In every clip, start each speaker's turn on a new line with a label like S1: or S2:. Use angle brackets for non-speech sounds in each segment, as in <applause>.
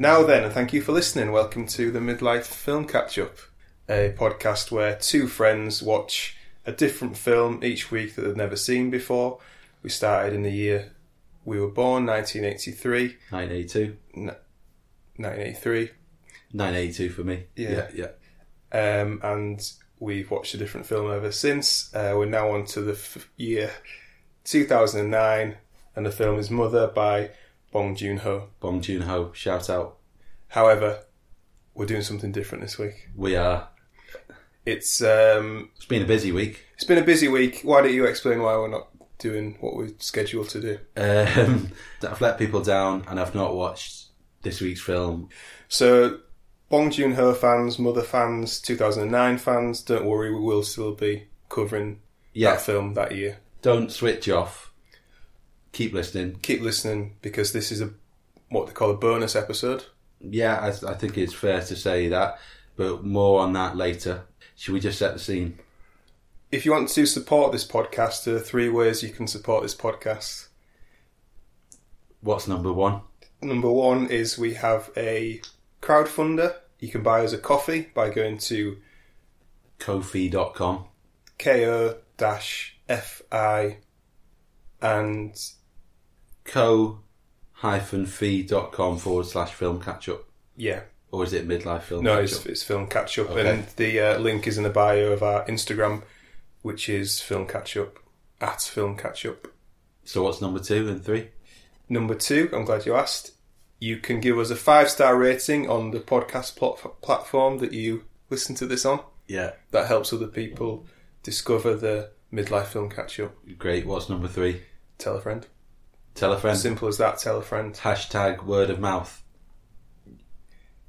S1: Now then, and thank you for listening. Welcome to the Midlife Film Catch Up, a podcast where two friends watch a different film each week that they've never seen before. We started in the year we were born, 1983.
S2: 982.
S1: 1983.
S2: 982 for me.
S1: Yeah.
S2: Yeah. yeah.
S1: um, and we've watched a different film ever since. Uh, we're now on to the f- year 2009, and the film is Mother by Bong Joon Ho.
S2: Bong Joon Ho, shout out.
S1: However, we're doing something different this week.
S2: We are.
S1: It's um,
S2: It's been a busy week.
S1: it's been a busy week. Why don't you explain why we're not doing what we're scheduled to do?
S2: Um, <laughs> I've let people down and I've not watched this week's film.
S1: So, Bong Joon Ho fans, Mother fans, 2009 fans, don't worry, we will still be covering
S2: Yeah.
S1: that film that year.
S2: Don't switch off. Keep listening.
S1: keep listening because this is a what they call a bonus episode.
S2: Yeah, I, I think it's fair to say that, but more on that later. Should we just set the scene?
S1: If you want to support this podcast, there are three ways you can support this podcast.
S2: What's number one?
S1: Number one is we have a crowdfunder. You can buy us a coffee by going to
S2: Kofi.com.
S1: ko-fi and
S2: Co hyphen fee.com forward slash film catch up.
S1: yeah,
S2: Or is it midlife film
S1: no,
S2: catch
S1: it's,
S2: up?
S1: it's film catch up,
S2: Okay.
S1: and the uh, link is in the bio of our Instagram, which is film catch up at film catch up.
S2: So what's number two and three?
S1: Number two, I'm glad you asked. You can give us a five star rating on the podcast plot- platform that you listen to this on.
S2: Yeah.
S1: That helps other people discover the midlife film catch up.
S2: Great. What's number three?
S1: Tell a friend.
S2: Tell a friend.
S1: Simple as that. Tell a friend.
S2: Hashtag word of mouth.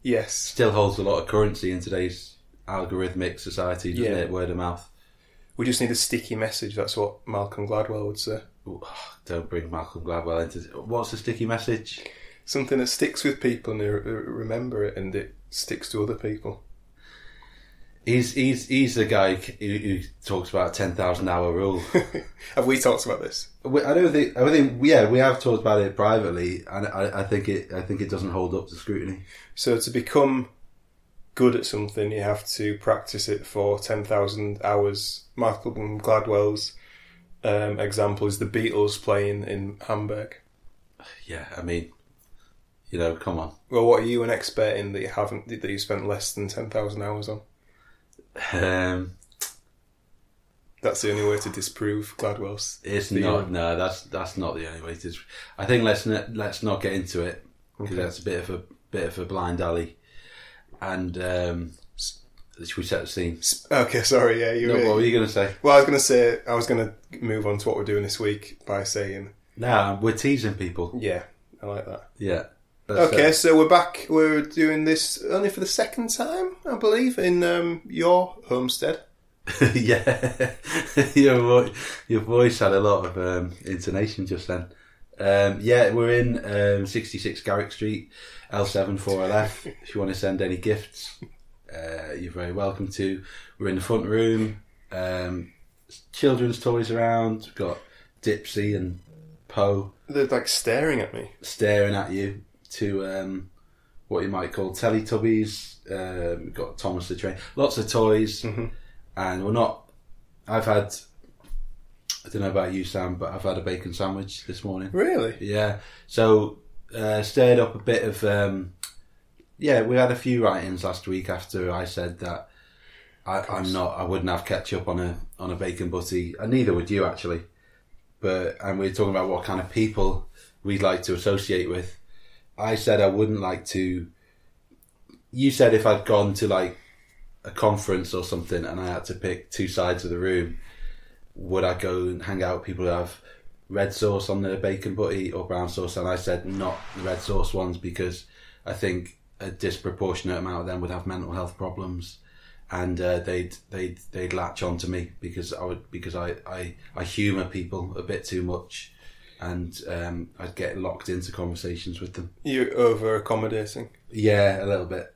S1: Yes.
S2: Still holds a lot of currency in today's algorithmic society, doesn't
S1: Yeah.
S2: it? Word of mouth.
S1: We just need a sticky message. That's what Malcolm Gladwell would say.
S2: Ooh, Don't bring Malcolm Gladwell into this. What's the sticky message?
S1: Something that sticks with people and they re- remember it and it sticks to other people.
S2: He's he's he's the guy who, who talks about ten thousand hour rule. <laughs>
S1: <laughs> Have we talked about this?
S2: We- I don't think I don't think yeah we have talked about it privately, and I, I think it I think it doesn't hold up to scrutiny.
S1: So to become good at something, you have to practice it for ten thousand hours. Malcolm Gladwell's um, example is the Beatles playing in Hamburg.
S2: Yeah, I mean, you know, come on. <laughs>
S1: Well, what are you an expert in that you haven't that you spent less than ten thousand hours on?
S2: Um,
S1: That's the only way to disprove Gladwell's.
S2: It's
S1: theory.
S2: not. No, that's that's not the only way to. I think let's not, let's not get into it because that's a bit of a bit of a blind alley. And um, should we set the scene?
S1: Okay, sorry. Yeah, you.
S2: No,
S1: were-
S2: what were you going to say?
S1: well, I was going to say I was going to move on to what we're doing this week by saying,
S2: No, we're teasing people.
S1: yeah, I like that.
S2: Yeah. That's
S1: Okay,
S2: it.
S1: so we're back. We're doing this only for the second time, I believe, in um, your homestead.
S2: <laughs> yeah. your vo- your voice had a lot of um, intonation just then. Um, yeah, we're in um, 66 Garrick Street, L7 if you want to send any gifts, uh, you're very welcome to. We're in the front room. Um, children's toys around. We've got Dipsy and Poe
S1: They're like staring at me.
S2: staring at you to um, what you might call Teletubbies. Um, we've got Thomas the Train, lots of toys, and we're not. I've had. I don't know about you, Sam, but I've had a bacon sandwich this morning.
S1: Really?
S2: Yeah, so uh, stirred up a bit of. Um, yeah, we had a few write-ins last week after I said that I, I'm not. I wouldn't have ketchup on a on a bacon butty, and neither would you actually. But and we were talking about what kind of people we'd like to associate with. I said I wouldn't like to. You said if I'd gone to like a conference or something and I had to pick two sides of the room, would I go and hang out with people who have red sauce on their bacon butty or brown sauce? And I said not the red sauce ones because I think a disproportionate amount of them would have mental health problems. And uh, they'd they'd they'd latch onto me because I would because I, I, I humour people a bit too much, and um, I'd get locked into conversations with them.
S1: You're over accommodating.
S2: Yeah, a little bit.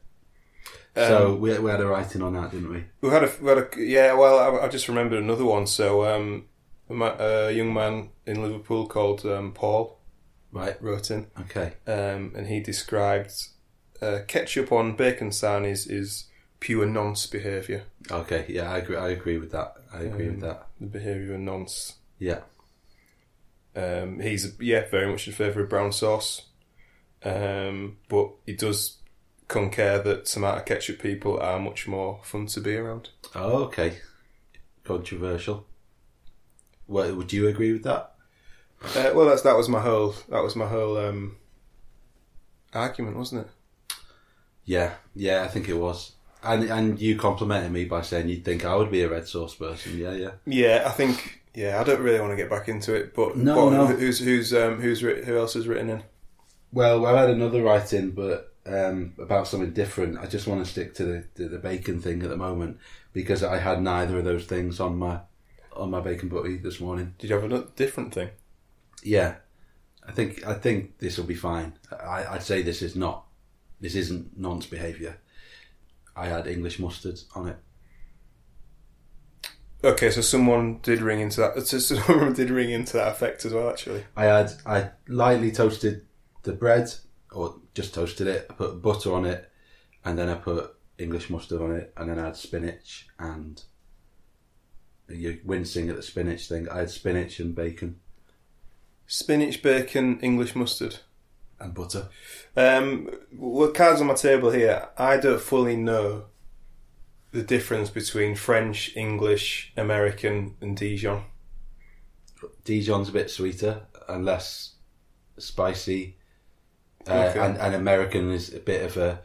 S2: so we, we had a writing on that, didn't we?
S1: We had a, we had a yeah. Well, I, I just remembered another one. So, um, a, ma- a young man in Liverpool called um, Paul
S2: Right.
S1: wrote in,
S2: Okay.
S1: um, and he described uh, ketchup on bacon sarnies is pure nonce behaviour.
S2: Okay, yeah, I agree. I agree with that. I agree with
S1: Um,
S2: that.
S1: The behaviour of nonce.
S2: Yeah,
S1: Um, he's yeah, very much in favour of brown sauce, um, but he does concur that tomato ketchup people are much more fun to be around.
S2: Oh, okay. Controversial. Well, would you agree with that?
S1: Uh, well, that's that was my whole that was my whole um, argument, wasn't it?
S2: Yeah, yeah, I think it was. And and you complimented me by saying you'd think I would be a red sauce person. Yeah, yeah.
S1: Yeah, I think. Yeah, I don't really want to get back into it, but but
S2: No, no.
S1: who's who's um, who's writ- who else has written in?
S2: Well, I've had another write-in, but um, about something different. I just want to stick to the, to the bacon thing at the moment because I had neither of those things on my on my bacon butty this morning.
S1: Did you have a different thing?
S2: Yeah, I think I think this will be fine. I, I'd say this is not this isn't nonce behaviour. I had English mustard on it.
S1: Okay, so someone did ring into that. <laughs> So someone did ring into that effect as well, actually.
S2: I had I lightly toasted the bread or just toasted it. I put butter on it, and then I put English mustard on it, and then I had spinach and you're wincing at the spinach thing. I had spinach and bacon
S1: Spinach, bacon, English mustard.
S2: and butter.
S1: Um, well, cards on my table here. I don't fully know the difference between French, English, American, and Dijon.
S2: Dijon's a bit sweeter and less spicy, uh,
S1: Okay.
S2: and, and American is a bit of a.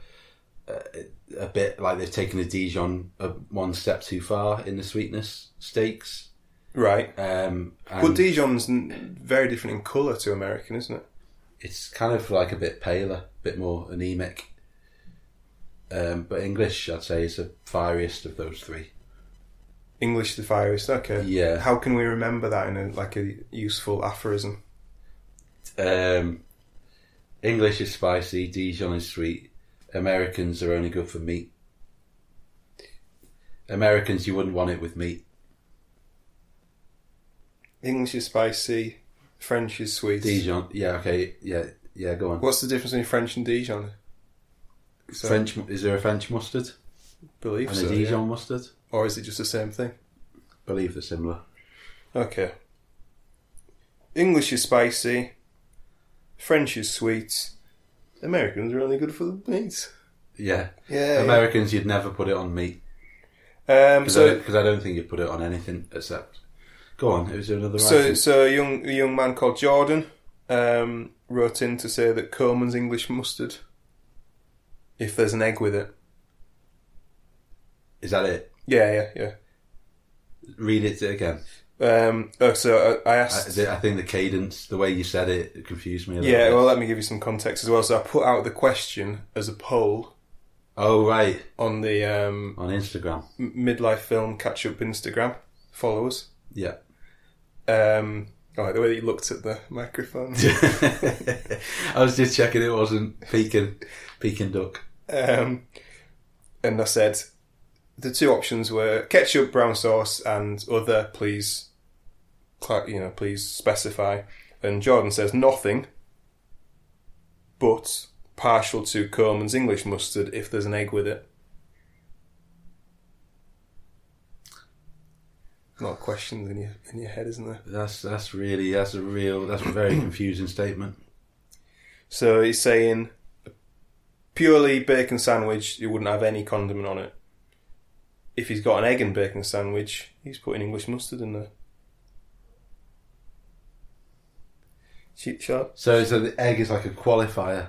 S2: A, a bit like they've taken the Dijon uh, one step too far in the sweetness steaks.
S1: Right.
S2: Um, and-
S1: But Dijon's n- very different in colour to American, isn't it?
S2: it's kind of like a bit paler, a bit more anemic. Um, but English, I'd say, is the fieriest of those three.
S1: English the virus. Okay.
S2: Yeah.
S1: How can we remember that in a, like a useful aphorism?
S2: Um, English is spicy, Dijon is sweet. Americans are only good for meat. Americans, you wouldn't want it with meat.
S1: English is spicy. French is sweet.
S2: Dijon, yeah, okay, yeah, yeah, go on.
S1: What's the difference between French and Dijon? So,
S2: French, is there a French mustard
S1: believe
S2: and
S1: so,
S2: a
S1: yeah.
S2: Dijon mustard?
S1: or is it just the same thing?
S2: believe they're similar.
S1: Okay. English is spicy. French is sweet. Americans are only good for the meat.
S2: Yeah,
S1: Yeah.
S2: Americans, you'd never put it on meat.
S1: Um,
S2: Because I,
S1: so,
S2: don't- 'cause I don't think you put it on anything except. Go on. Is there another
S1: so,
S2: item?
S1: so a young a young man called Jordan um, wrote in to say that Coleman's English mustard. If there's an egg with it.
S2: Is that it?
S1: Yeah, yeah,
S2: Read it again.
S1: yeah. Um, oh, so I, I
S2: I,
S1: asked.
S2: the- I think the cadence, the way you said it, it confused me. A little
S1: yeah,
S2: bit.
S1: well, let me give you some context as well. So I put out the question as a poll
S2: oh right,
S1: on the um,
S2: on Instagram.
S1: M- midlife film catch up Instagram followers.
S2: Yeah. <laughs>
S1: Um, I like the way that you looked at the microphone.
S2: I was just checking it wasn't peeking, peeking duck.
S1: um, and I said the two options were ketchup, brown sauce, and other. Please, cla- you know, please specify. And Jordan says nothing, but partial to Coleman's English mustard if there's an egg with it. A lot of questions in your in your head, isn't there?
S2: That's that's really that's a real that's a
S1: <clears throat>
S2: very confusing statement.
S1: So he's saying purely bacon sandwich, you wouldn't have any condiment on it. If he's got an egg and bacon sandwich, he's putting English mustard in there. Cheap shot.
S2: So so the egg is like a qualifier.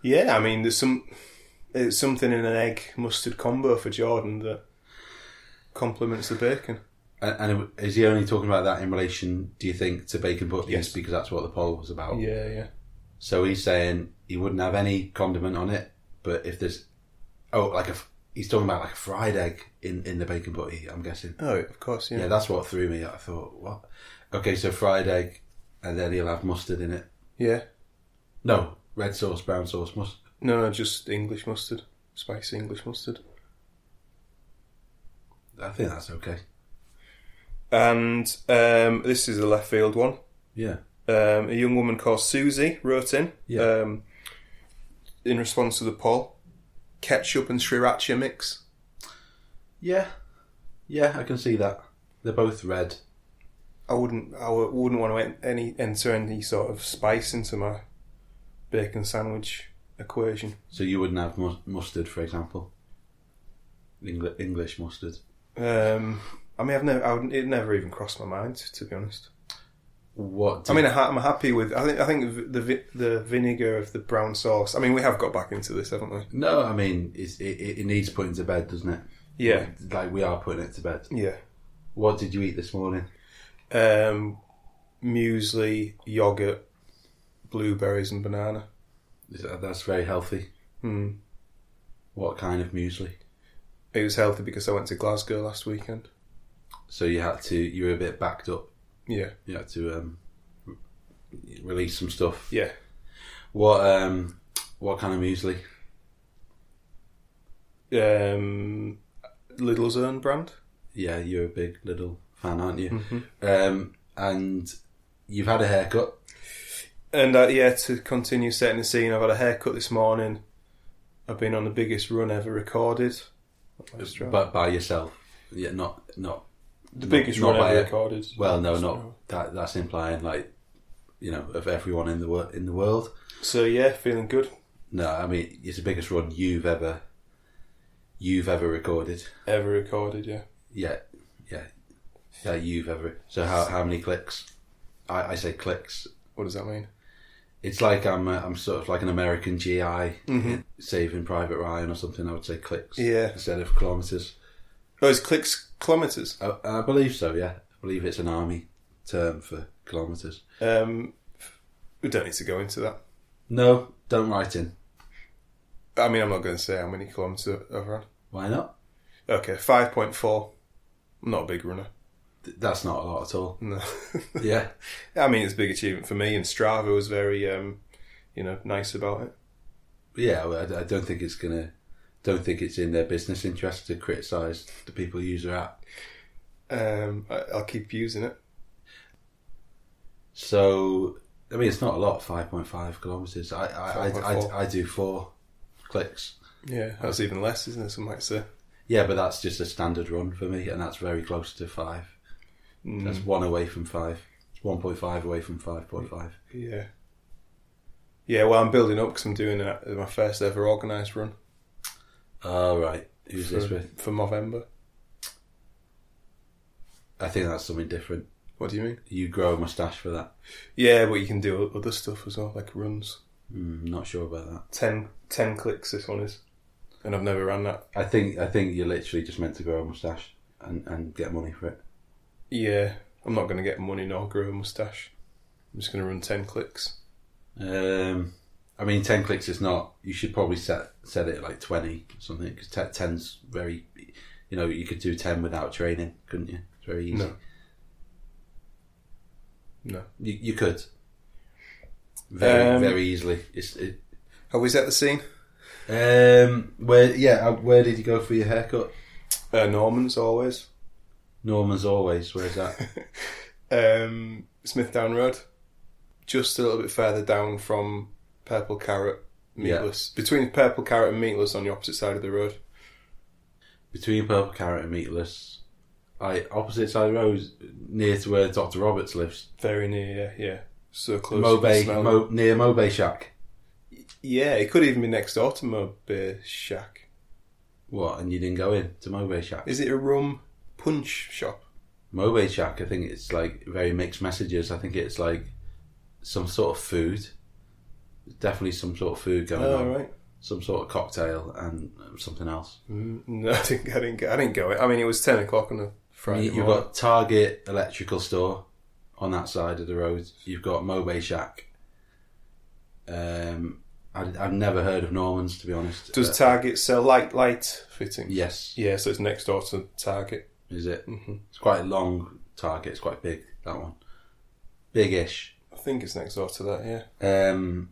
S1: Yeah, I mean, there's some there's something in an egg mustard combo for Jordan that complements the bacon.
S2: And, and it- is he only talking about that in relation? Do you think to bacon butties?
S1: Yes.
S2: because that's what the poll was about.
S1: Yeah, yeah.
S2: So he's saying he wouldn't have any condiment on it, but if there's oh, like a f- he's talking about like a fried egg in in the bacon butty. I'm guessing.
S1: Oh, of course, yeah.
S2: Yeah, that's what threw me. I thought, what? Okay, so fried egg, and then he'll have mustard in it.
S1: Yeah.
S2: No, red sauce, brown sauce, mustard.
S1: No, no, just English mustard. Spicy English mustard.
S2: I think that's okay.
S1: And um, this is a left field one.
S2: Yeah,
S1: um, a young woman called Susie wrote in.
S2: Yeah.
S1: Um, in response to the poll, ketchup and sriracha mix.
S2: Yeah, yeah, I can see that. They're both red.
S1: I wouldn't, I wou- wouldn't want to en- any enter any sort of spice into my bacon sandwich equation.
S2: So you wouldn't have mus- mustard, for example. Engli- English mustard.
S1: Um, I mean, I've never, I would, it never even crossed my mind to be honest.
S2: What?
S1: I mean, I ha- I'm happy with. I think, I think the vi- the vinegar of the brown sauce. I mean, we have got back into this, haven't we?
S2: no, I mean it's, it, it it needs putting to bed, doesn't it?
S1: Yeah,
S2: Like we are putting it to bed.
S1: yeah.
S2: What did you eat this morning?
S1: Um, muesli, yogurt, blueberries, and banana.
S2: Is that- That's very healthy.
S1: Hmm.
S2: What kind of muesli?
S1: It was healthy because I went to Glasgow last weekend.
S2: So you had to. You were a bit backed up.
S1: Yeah,
S2: You had to um, re- release some stuff.
S1: yeah.
S2: What um, what kind of muesli?
S1: Um, Lidl's own brand.
S2: Yeah, you're a big little fan, aren't you?
S1: Mm-hmm.
S2: Um, and you've had a haircut.
S1: And uh, yeah, to continue setting the scene, I've had a haircut this morning. I've been on the biggest run ever recorded.
S2: But by yourself, yeah, not not
S1: the biggest
S2: not
S1: run
S2: by
S1: ever
S2: a-
S1: recorded.
S2: well, no, not that. That's implying like you know of everyone in the wor- in the world.
S1: So yeah, feeling good.
S2: No, I mean it's the biggest run you've ever you've ever recorded.
S1: Ever recorded, yeah.
S2: Yeah, yeah, yeah. You've ever. So how how many clicks? I, I say clicks.
S1: What does that mean?
S2: It's like I'm i I'm sort of like an American GI in Saving Private Ryan or something. I would say clicks
S1: Yeah.
S2: instead of kilometers.
S1: Oh, it's clicks kilometers.
S2: I, I believe so. Yeah, I believe it's an army term for kilometers.
S1: Um, we don't need to go into that.
S2: No, don't write in.
S1: I mean, I'm not going to say how many kilometers I've run.
S2: Why not?
S1: Okay, five point four. I'm not a big runner.
S2: Th- That's not a lot at all.
S1: No. <laughs>
S2: Yeah,
S1: I mean, it's a big achievement for me, and Strava was very, um, you know, nice about it.
S2: yeah. well, I, I don't think it's gonna. Don't think it's in their business interest to criticise the people who use their app.
S1: Um, I, I'll keep using it.
S2: So I mean, it's not a lot. Five point five kilometers. I I, I, I,
S1: 5.4.
S2: I do four clicks.
S1: Yeah, that's even less, isn't it? Some might say.
S2: Yeah, but that's just a standard run for me, and that's very close to five.
S1: Mm,
S2: That's one away from five. It's one point five away from five point five.
S1: Yeah. Yeah, well, I'm building up because I'm doing a, my first ever organised run
S2: All right. Who's
S1: for,
S2: this with?
S1: for Movember.
S2: I think that's something different.
S1: What do you mean?
S2: You grow a mustache for that.
S1: Yeah, but you can do other stuff as well, like runs.
S2: Mm, not sure about that.
S1: 10, 10 clicks this one is. And I've never ran that.
S2: I think I think you're literally just meant to grow a mustache and, and get money for it.
S1: Yeah, I'm not going to get money nor grow a moustache. I'm just going to run 10 clicks.
S2: Um, I mean, ten clicks is not. You should probably set set it at like twenty or something because ten's very. You know, you could do ten without training, couldn't you? It's very easy.
S1: No. No.
S2: You, you could. Very
S1: Um,
S2: very easily. It's it,
S1: Are we set the scene?
S2: um where yeah uh, where did you go for your haircut?
S1: Uh, Norman's always.
S2: Norman's always.
S1: <laughs>
S2: Where's that?
S1: Um, Smithdown Road. Just a little bit further down from Purple Carrot
S2: Yeah.
S1: Meatless. Between Purple Carrot and Meatless on the opposite side of the road.
S2: Between purple carrot and meatless. I opposite side of the road, near to where Doctor Roberts lives.
S1: Very near, yeah. yeah. So close. to the
S2: Mobe,
S1: smell.
S2: Mo, near Mobe Shack.
S1: yeah, it could even be next door to Mobe Shack.
S2: What? And you didn't go in to Mobe Shack?
S1: Is it a rum punch shop?
S2: Mobe Shack, I think it's like very mixed messages. I think it's like some sort of food, definitely some sort of food going on,
S1: Oh, right.
S2: some sort of cocktail and um, something else.
S1: Mm, No, <laughs> I didn't. I didn't. Go, I didn't go. I mean, it was ten o'clock on a Friday.
S2: You, have
S1: morning.
S2: got Target Electrical Store on that side of the road. You've got Mobe Shack. Um, I, I've never heard of Norman's to be honest.
S1: Does
S2: Uh,
S1: Target sell light light fittings?
S2: yes,
S1: Yeah, so it's next door to Target.
S2: is it? It's quite a long Target. It's quite big that one, big-ish.
S1: I think it's next door to that. Yeah.
S2: Um,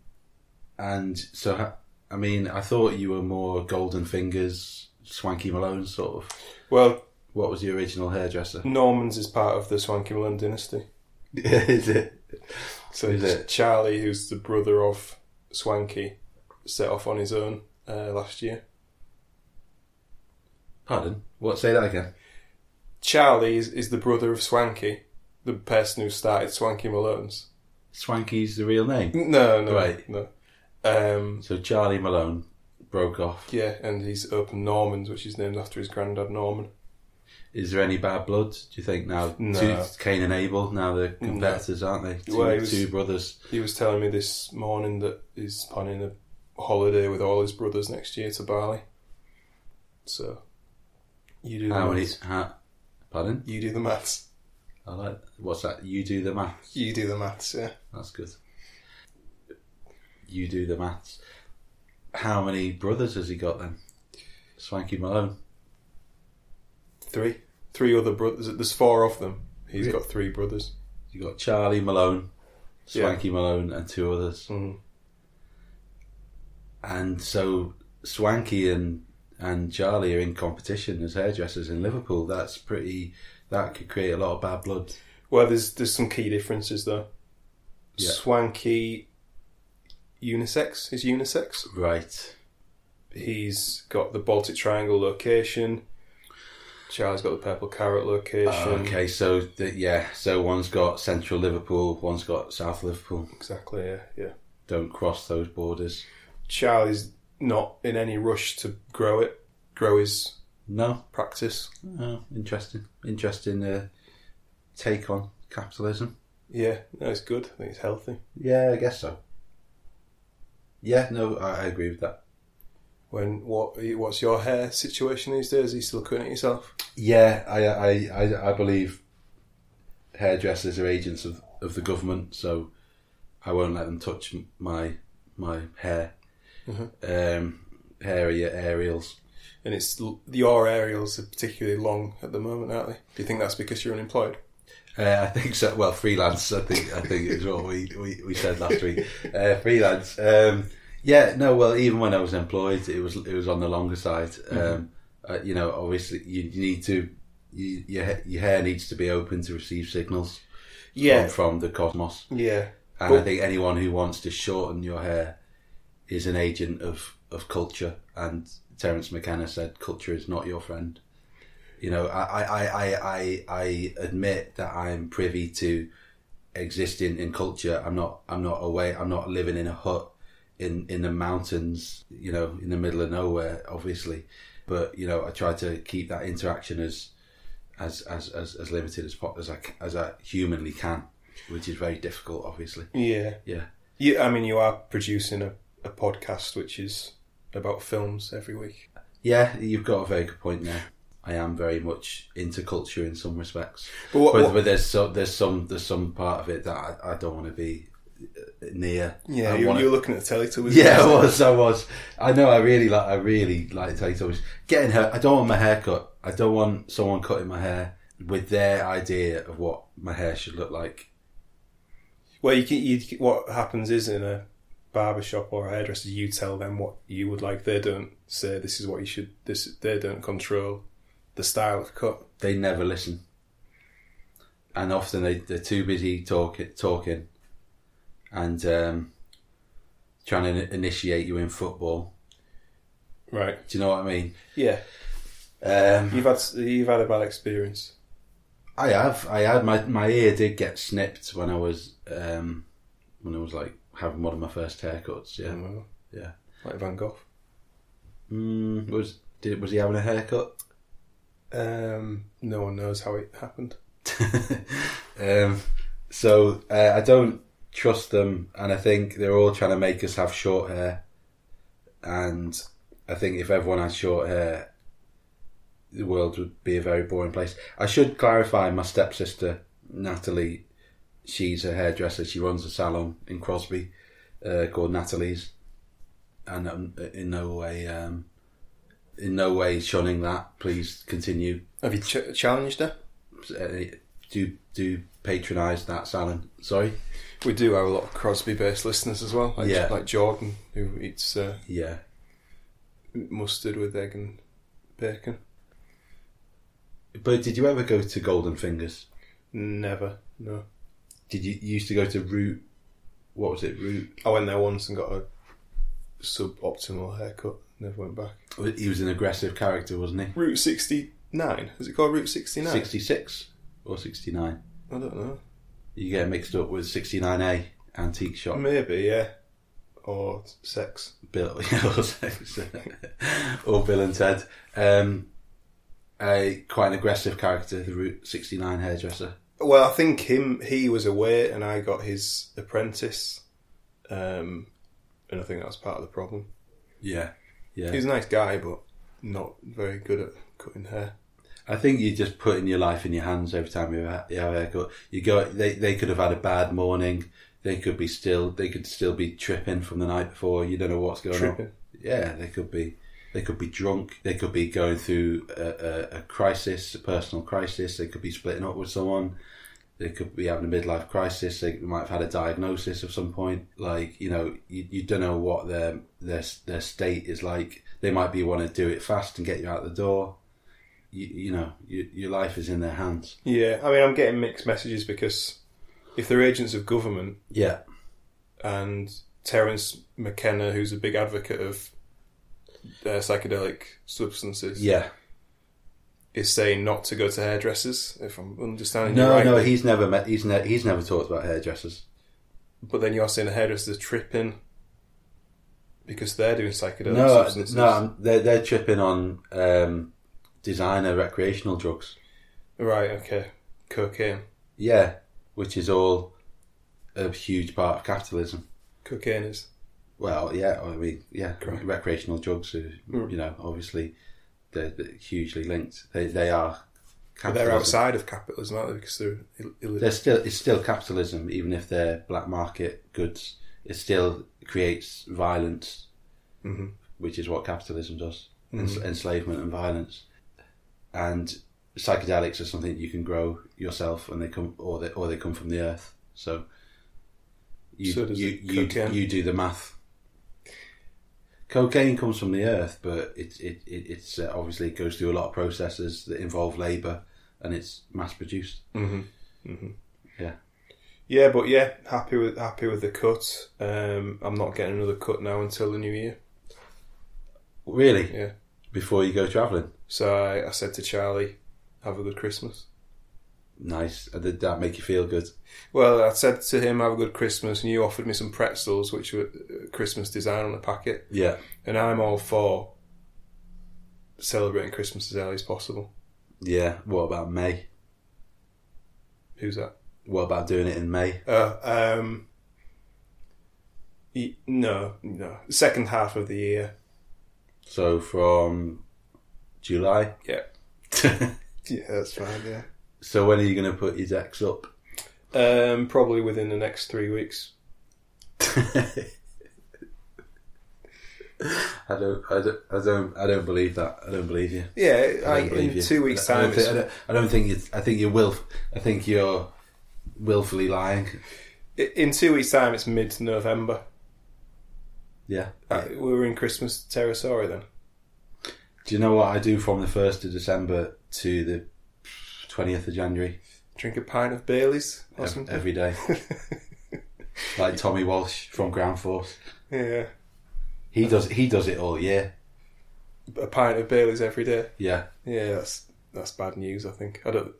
S2: and so, ha- I mean, I thought you were more Golden Fingers, Swanky Malone sort of.
S1: Well,
S2: What was the
S1: <laughs>
S2: original hairdresser?
S1: Norman's is part of the Swanky Malone dynasty.
S2: Is it?
S1: So
S2: Is
S1: it's
S2: it?
S1: Charlie, who's the brother of Swanky, set off on his own uh, last year.
S2: Pardon? What? Say that again.
S1: Charlie is, is the brother of Swanky, the person who started Swanky Malone's.
S2: Swanky's the real name.
S1: No, no,
S2: Right.
S1: no. Um,
S2: So Charlie Malone broke off.
S1: yeah, and he's opened Norman's, which is named after his granddad Norman.
S2: Is there any bad blood? Do you think now?
S1: No.
S2: Two, Cain and Abel. Now they're competitors, aren't they? Two,
S1: Well, it was-
S2: two brothers.
S1: He was telling me this morning that he's planning a holiday with all his brothers next year to Bali. So you do the
S2: How many?
S1: maths.
S2: How, pardon?
S1: You do the maths.
S2: I like. What's that? You do the maths.
S1: You do the maths. Yeah.
S2: That's good. You do the maths. How many brothers has he got then? Swanky Malone.
S1: Three. Three other brothers. There's four of them. He's
S2: Yeah.
S1: got three brothers.
S2: You got Charlie Malone,
S1: Yeah.
S2: Swanky Malone, and two others.
S1: Mm.
S2: And so Swanky and and Charlie are in competition as hairdressers in Liverpool. That's pretty. That could create a lot of bad blood.
S1: Well, there's there's some key differences though.
S2: Yeah.
S1: Swanky unisex is unisex.
S2: Right.
S1: He's got the Baltic Triangle location. Charlie's got the Purple Carrot location.
S2: Okay. So the, yeah. So one's got Central Liverpool. One's got South Liverpool.
S1: Exactly. Yeah. Yeah.
S2: Don't cross those borders.
S1: Charlie's not in any rush to grow it. Grow his
S2: No.
S1: practice.
S2: Oh, interesting. Interesting uh, take on capitalism.
S1: Yeah. No, it's good. I think it's healthy.
S2: Yeah, I guess so. Yeah. No, I, I agree with that.
S1: When what what's your hair situation these days? Are you still cutting it yourself?
S2: Yeah, I, I, I, I believe hairdressers are agents of, of the government, so I won't let them touch m- my my hair, um, hairier aerials.
S1: And it's l- your aerials are particularly long at the moment, aren't they? Do you think that's because you're unemployed?
S2: Uh, I think so. Well, freelance. I think I think is what we, we, we said last week. Uh, freelance. Um, yeah. No. Well, even when I was employed, it was it was on the longer side. Um, uh, you know, obviously, you, you need to you, your ha- your hair needs to be open to receive signals
S1: Yeah.
S2: from, from the cosmos.
S1: Yeah.
S2: And I think anyone who wants to shorten your hair is an agent of, of culture. And Terence McKenna said, culture is not your friend. You know, I, I, I, I, I admit that I'm privy to existing in culture. I'm not, I'm not away. I'm not living in a hut in, in the mountains, you know, in the middle of nowhere, obviously. But, you know, I try to keep that interaction as, as, as, as, as limited as, po- as I, c- as I humanly can, which is very difficult, obviously.
S1: Yeah.
S2: Yeah.
S1: Yeah, I mean, you are producing a, a podcast which is about films every week.
S2: Yeah, you've got a very good point there. I am very much into culture in some respects,
S1: But what,
S2: but,
S1: what-
S2: but there's so, there's some there's some part of it that I, I don't want to be uh, near.
S1: yeah,
S2: I
S1: you,
S2: wanna-
S1: you're looking at the Teletubbies.
S2: yeah,
S1: <laughs>
S2: I was, I was. I know. I really like. I really like Teletubbies. Getting her. I don't want my hair cut. I don't want someone cutting my hair with their idea of what my hair should look like.
S1: Well, you, can, you can- what happens is in a barber shop or a hairdresser, you tell them what you would like. They don't say this is what you should. This they don't control the style of cut.
S2: They never listen, and often they they're too busy talking talking, and um, trying to initiate you in football.
S1: Right.
S2: Do you know what I mean?
S1: Yeah.
S2: Um,
S1: You've had you've had a bad experience.
S2: I have. I had my my ear did get snipped when I was um, when I was like having one of my first haircuts. Yeah,
S1: Well,
S2: yeah.
S1: Like Van Gogh.
S2: Mm, was did was he having a haircut?
S1: Um, no one knows how it happened.
S2: <laughs> um, so uh, I don't trust them, and I think they're all trying to make us have short hair. And I think if everyone had short hair, the world would be a very boring place. I should clarify: my stepsister Natalie, she's a hairdresser. She runs a salon in Crosby uh, called Natalie's, and I'm in no way, um, in no way shunning that. Please continue
S1: Have you ch- challenged her?
S2: uh, do do patronise that salon. Sorry.
S1: We do have a lot of Crosby-based listeners as well. Like,
S2: Yeah.
S1: Like Jordan, who eats. Uh,
S2: Yeah.
S1: mustard with egg and bacon.
S2: But did you ever go to Golden Fingers?
S1: Never, no.
S2: Did you, you used to go to Root? What was it? Root.
S1: I went there once and got a suboptimal haircut. Never went back.
S2: He was an aggressive character, wasn't he?
S1: Route 69. Is it called Route 69?
S2: 66 or 69.
S1: I don't know.
S2: You get mixed up with 69A antique shop.
S1: Maybe, yeah. Or sex.
S2: Bill <laughs> or Bill and Ted. Um, a quite an aggressive character, the Route 69 hairdresser.
S1: Well, I think him he was away and I got his apprentice. Um, and I think that was part of the problem.
S2: Yeah,
S1: He
S2: yeah.
S1: was a nice guy, but not very good at cutting hair.
S2: I think you're just putting your life in your hands every time you have, you have a haircut. You go. They they could have had a bad morning. They could be still. They could still be tripping from the night before. You don't know what's going on.
S1: Tripping.
S2: Yeah, they could be. They could be drunk. They could be going through a, a, a crisis, a personal crisis. They could be splitting up with someone. They could be having a midlife crisis. They might have had a diagnosis of some point. Like you know, you, you don't know what their their their state is like. They might be want to do it fast and get you out the door. You, you know, you, your life is in their hands.
S1: Yeah, I mean, I'm getting mixed messages because if they're agents of government
S2: Yeah,
S1: and Terence McKenna, who's a big advocate of uh, psychedelic substances,
S2: yeah.
S1: is saying not to go to hairdressers, if I'm understanding you
S2: No,
S1: right.
S2: no, he's never met. He's ne- he's never talked about hairdressers.
S1: But then you're saying the hairdressers are tripping because they're doing psychedelic
S2: No, uh,
S1: substances.
S2: no, I'm- they're they're tripping on um, designer recreational drugs.
S1: Right, okay. Cocaine.
S2: Yeah, which is all a huge part of capitalism.
S1: Cocaine is.
S2: Well, yeah, I mean, yeah,
S1: Correct.
S2: recreational drugs are,
S1: Mm.
S2: you know, obviously they're, they're hugely linked. They they are.
S1: But they're outside of capitalism, aren't they? Because they're Ill- illegal.
S2: They're still it's still capitalism, even if they're black market goods. It still creates violence,
S1: Mhm.
S2: which is what capitalism does:
S1: Mm-hmm.
S2: ens- enslavement and violence. And psychedelics are something you can grow yourself, and they come or they or they come from the earth. So you
S1: So does
S2: you
S1: the
S2: you,
S1: cocaine.
S2: you do the math. Cocaine comes from the earth, but it it, it it's uh, obviously it goes through a lot of processes that involve labour, and it's mass produced.
S1: Yeah, but yeah, happy with happy with the cut. Um, I'm not getting another cut now until the new year.
S2: Really.
S1: Yeah.
S2: before you go travelling.
S1: So I, I said to Charlie, "Have a good Christmas."
S2: Nice. Uh, Did that make you feel good?
S1: Well, I said to him, "Have a good Christmas," and you offered me some pretzels, which were uh, Christmas design on the packet,
S2: Yeah.
S1: and I'm all for celebrating Christmas as early as possible.
S2: Yeah. What about May?
S1: Who's that?
S2: What about doing it in May?
S1: Uh, um, y- no, no. Second half of the year.
S2: So from July.
S1: Yeah. Yeah, that's fine. Yeah.
S2: <laughs> so when are you going to put your decks up? <laughs>
S1: Um, probably within the next three weeks.
S2: I don't, I don't, I don't, I don't believe that. I don't believe you.
S1: Yeah,
S2: I
S1: I,
S2: don't believe
S1: in
S2: you.
S1: two weeks'
S2: I
S1: time.
S2: don't, think, I
S1: it's-
S2: don't, I don't think you. I think you will. I think you're willfully lying.
S1: in two weeks' time, it's mid-November.
S2: Yeah.
S1: Uh, we were in Christmas terrace already then.
S2: Do you know what I do from the first of December to the twentieth of January?
S1: Drink a pint of Bailey's or
S2: Ev-
S1: something.
S2: every day.
S1: <laughs>
S2: like Tommy Walsh from Ground Force.
S1: yeah,
S2: He does he does it all year.
S1: a pint of Bailey's every day.
S2: Yeah.
S1: Yeah, that's that's bad news. I think I don't.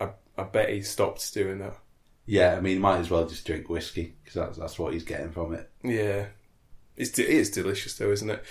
S1: I, I bet he stopped doing that.
S2: Yeah, I mean, might as well just drink whiskey because that's, that's what he's getting from it.
S1: Yeah, it's de- it is delicious though, isn't it?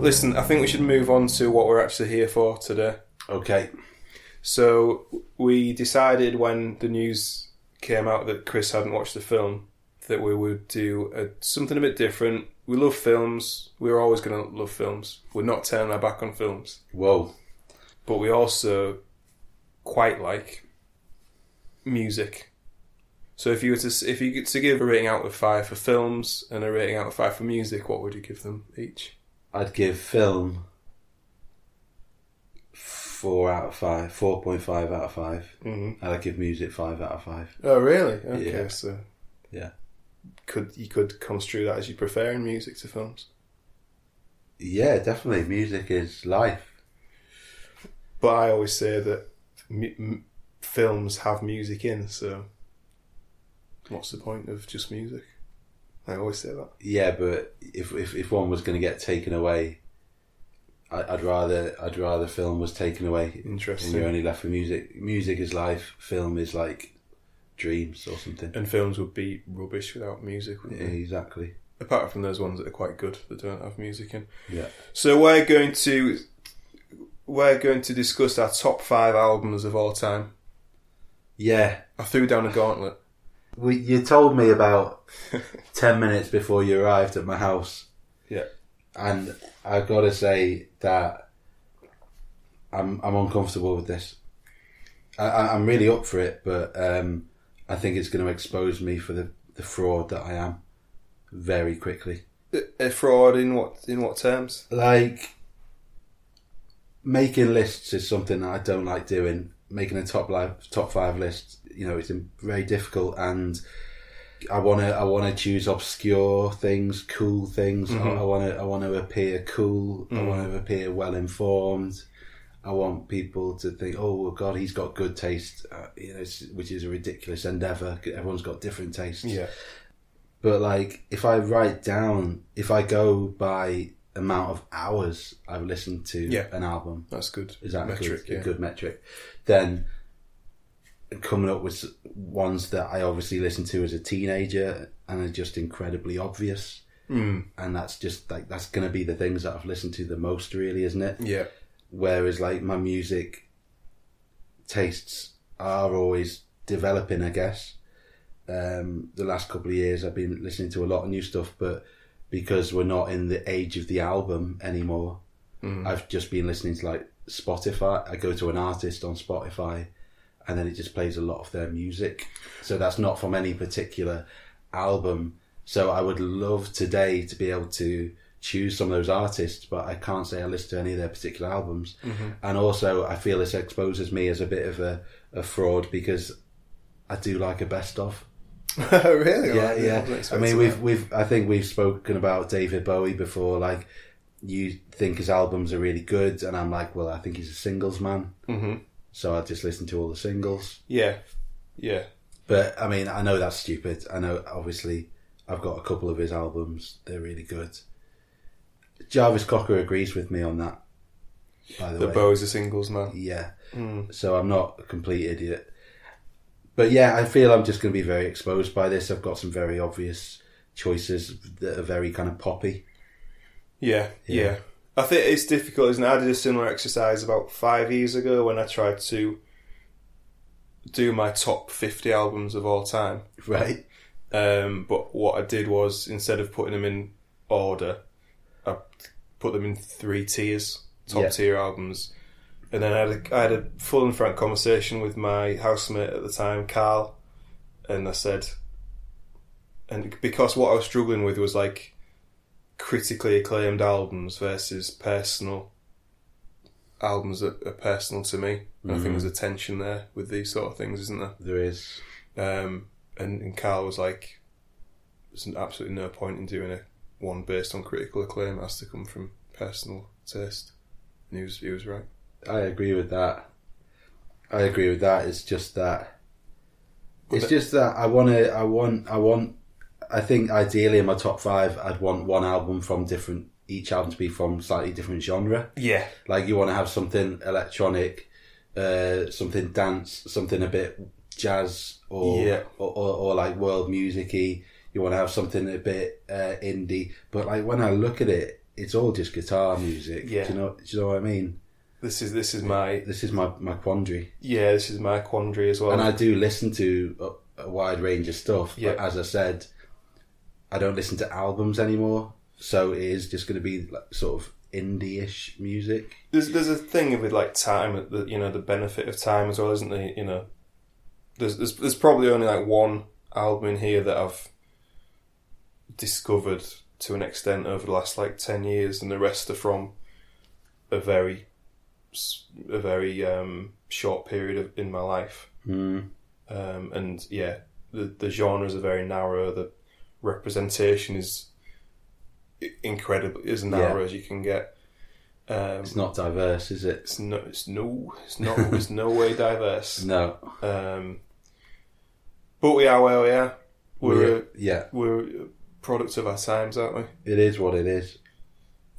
S1: Listen, I think we should move on to what we're actually here for today.
S2: Okay.
S1: So we decided when the news came out that Chris hadn't watched the film that we would do a, something a bit different. We love films. We're always going to love films. We're not turning our back on films,
S2: Whoa.
S1: but we also quite like music. So if you were to s- if you could to give a rating out of five for films and a rating out of five for music, what would you give them each?
S2: I'd give film four out of five, four point five out of five,
S1: Mm-hmm.
S2: and I give music five out of five.
S1: Oh, really? Okay,
S2: Yeah.
S1: so
S2: Yeah.
S1: could you could construe that as you prefer in music to films?
S2: Yeah, definitely. Music is life.
S1: But I always say that mu- m- films have music in, so what's the point of just music? I always say that.
S2: Yeah, but if if, if one was going to get taken away, I, I'd rather I'd rather film was taken away, and
S1: Interesting.
S2: you're only left with music. Music is life. Film is like dreams or something.
S1: And films would be rubbish without music, wouldn't they?
S2: Exactly.
S1: Apart from those ones that are quite good that don't have music in.
S2: Yeah.
S1: So we're going to we're going to discuss our top five albums of all time.
S2: Yeah.
S1: I threw down a
S2: <laughs>
S1: gauntlet.
S2: We, you told me about ten minutes before you arrived at my house.
S1: Yeah.
S2: and I've got to say that I'm I'm uncomfortable with this. I, I, I'm really up for it, but um, I think it's going to expose me for the, the fraud that I am very quickly.
S1: A- A fraud in what in what terms?
S2: Like making lists is something that I don't like doing. Making a top live, top five list, you know, it's very difficult, and I want to I want to choose obscure things, cool things. I- I want to I want to appear cool. I want to appear well informed. I want people to think, oh well, God, he's got good taste, uh, you know, it's- which is a ridiculous endeavor. Everyone's got different tastes but like if I write down if I go by amount of hours I've listened to
S1: Yeah.
S2: an album
S1: that's good.
S2: is that
S1: metric?
S2: a, good,
S1: yeah.
S2: a good metric then coming up with ones that I obviously listened to as a teenager and are just incredibly obvious
S1: Mm,
S2: and that's just like that's going to be the things that I've listened to the most really isn't it
S1: yeah. <laughs>
S2: whereas like my music tastes are always developing i guess um the last couple of years i've been listening to a lot of new stuff but because we're not in the age of the album anymore i've just been listening to like spotify i go to an artist on spotify and then it just plays a lot of their music so that's not from any particular album so i would love today to be able to choose some of those artists but i can't say i listen to any of their particular albums
S1: Mm-hmm.
S2: and also i feel this exposes me as a bit of a, a fraud because i do like a best of
S1: really?
S2: yeah,
S1: Like, wasn't
S2: yeah. I mean,
S1: expecting
S2: we've
S1: that.
S2: we've I think we've spoken about David Bowie before. Like, you think his albums are really good, and I'm like, well, I think he's a singles man,
S1: Mhm.
S2: so I just listen to all the singles.
S1: yeah, yeah,
S2: But I mean, I know that's stupid. I know, obviously, I've got a couple of his albums; they're really good. Jarvis Cocker agrees with me on that. By the,
S1: the
S2: way,
S1: Bowie's a singles man. Hmm.
S2: yeah. So I'm not a complete idiot. But yeah, I feel I'm just going to be very exposed by this. I've got some very obvious choices that are very kind of poppy. <laughs>
S1: Yeah, yeah. I think it's difficult, isn't it? I did a similar exercise about five years ago when I tried to do my top fifty albums of all time.
S2: Right.
S1: Um, but what I did was instead of putting them in order, I put them in three tiers, top
S2: Yeah.
S1: tier albums. And then I had, a, I had a full and frank conversation with my housemate at the time, Carl, and I said, and because what I was struggling with was like critically acclaimed albums versus personal albums that are personal to me. And I think there's a tension there with these sort of things, isn't there?
S2: There is.
S1: Um, and, and Carl was like, there's an- absolutely no point in doing a one based on critical acclaim. It has to come from personal taste. And he was, he was right.
S2: I agree with that. I agree with that. It's just that. It's
S1: But-
S2: just that I want to. I want. I want. I think ideally in my top five, I'd want one album from different. Each album to be from slightly different genre.
S1: Yeah.
S2: Like you want to have something electronic, uh, something dance, something a bit jazz or
S1: Yeah.
S2: or, or, or like world musicy. You want to have something a bit uh, indie, but like when I look at it, it's all just guitar music.
S1: Yeah.
S2: Do you know? Do you know what I mean?
S1: This is this is my
S2: This is my my quandary,
S1: yeah this is my quandary as well.
S2: and I do listen to a, a wide range of stuff.
S1: Yeah.
S2: But as I said, I don't listen to albums anymore, so it is just going to be like sort of indie-ish music.
S1: there's there's a thing with like time, the, you know, the benefit of time as well, isn't there? You know, there's there's, there's probably only like one album in here that I've discovered to an extent over the last like ten years, and the rest are from a very s- a very um, short period of, in my life.
S2: Mm.
S1: Um, and yeah, the, the genres are very narrow. The representation is i- incredible, as narrow as you can get. Um,
S2: It's not diverse, is it?
S1: it's no, it's no, it's not, it's no way diverse.
S2: <laughs> No.
S1: Um, but we are where we are. We're a-
S2: yeah,
S1: we're products of our times, aren't we?
S2: it is what it is.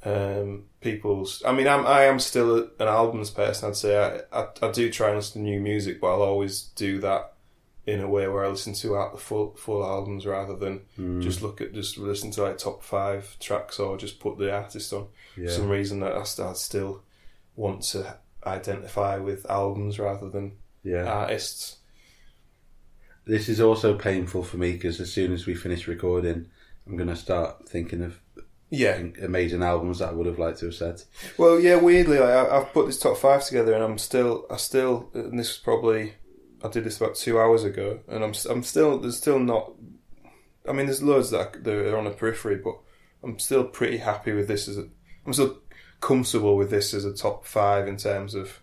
S1: um, people's. I mean, I'm I am still a, an albums person. I'd say I, I I do try and listen to new music, but I'll always do that in a way where I listen to out the full full albums rather than
S2: Mm.
S1: just look at just listen to like top five tracks or just put the artist on.
S2: Yeah.
S1: For some reason that I, st- I still want to identify with albums rather than
S2: Yeah.
S1: uh, artists.
S2: This is also painful for me because as soon as we finish recording, I'm going to start thinking of
S1: Yeah.
S2: amazing albums that I would have liked to have said.
S1: Well, yeah. Weirdly, like, I, I've put this top five together, and I'm still, I still, and this was probably, I did this about two hours ago, and I'm, s- I'm still, there's still not. I mean, there's loads that, I, c- that are on the periphery, but I'm still pretty happy with this. As a, I'm still comfortable with this as a top five in terms of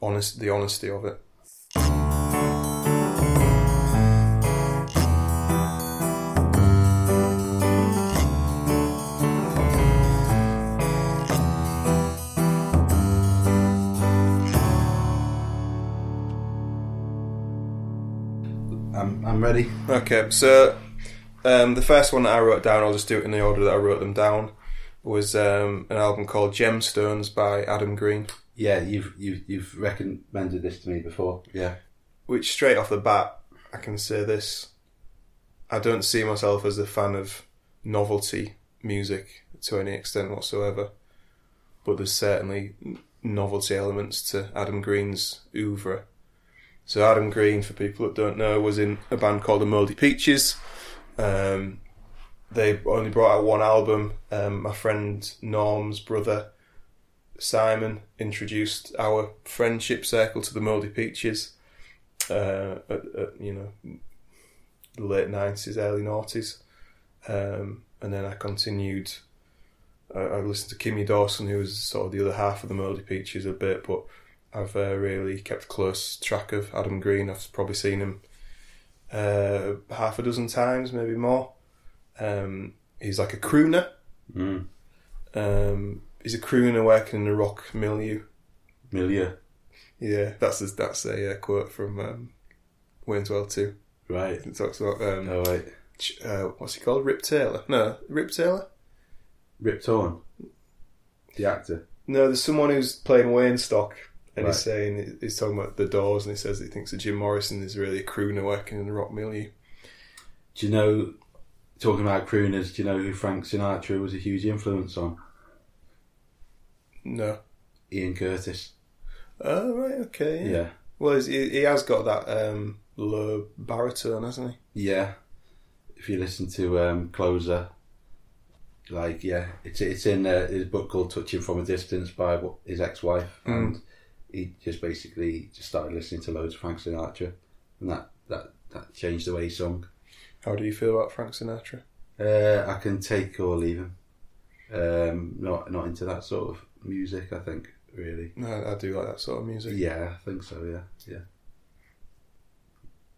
S1: honest, the honesty of it.
S2: I'm, I'm ready.
S1: Okay, so um, the first one that I wrote down, I'll just do it in the order that I wrote them down, was um, an album called Gemstones by Adam Green.
S2: Yeah, you've you've you've recommended this to me before. Yeah,
S1: which straight off the bat, I can say this: I don't see myself as a fan of novelty music to any extent whatsoever. But there's certainly n- novelty elements to Adam Green's oeuvre. So Adam Green, for people that don't know, was in a band called the Moldy Peaches. Um, they only brought out one album. Um, my friend Norm's brother Simon introduced our friendship circle to the Moldy Peaches uh, at, at, you know the late nineties, early noughties, um, and then I continued. I, I listened to Kimmy Dawson, who was sort of the other half of the Moldy Peaches a bit, but I've uh, really kept close track of Adam Green. I've probably seen him uh, half a dozen times, maybe more. Um, he's like a crooner.
S2: mm.
S1: Um, he's a crooner working in the rock milieu.
S2: milieu.
S1: Yeah, that's a, that's a uh, quote from um, Wayne's World Two.
S2: Right.
S1: It talks about um,
S2: Oh wait,
S1: Ch- uh, what's he called? Rip Taylor? No, Rip Taylor.
S2: Rip Torn, the actor.
S1: No, there's someone who's playing Wayne Stock, and
S2: Right.
S1: he's saying he's talking about the Doors, and he says he thinks that Jim Morrison is really a crooner working in the rock milieu.
S2: Do you know? Talking about crooners, do you know who Frank Sinatra was a huge influence on?
S1: No.
S2: Ian Curtis.
S1: Oh right, okay. Yeah.
S2: Yeah.
S1: Well, he's, he, he has got that um, low baritone, hasn't he?
S2: Yeah. If you listen to um, Closer, like yeah, it's it's in uh, his book called Touching from a Distance by wh- his ex-wife, and he just basically just started listening to loads of Frank Sinatra, and that that that changed the way he sung.
S1: How do you feel about Frank Sinatra?
S2: Uh, I can take or leave him. Um, not not into that sort of music. I think really.
S1: No, I do like that sort of music.
S2: Yeah, I think so. Yeah, yeah. <laughs>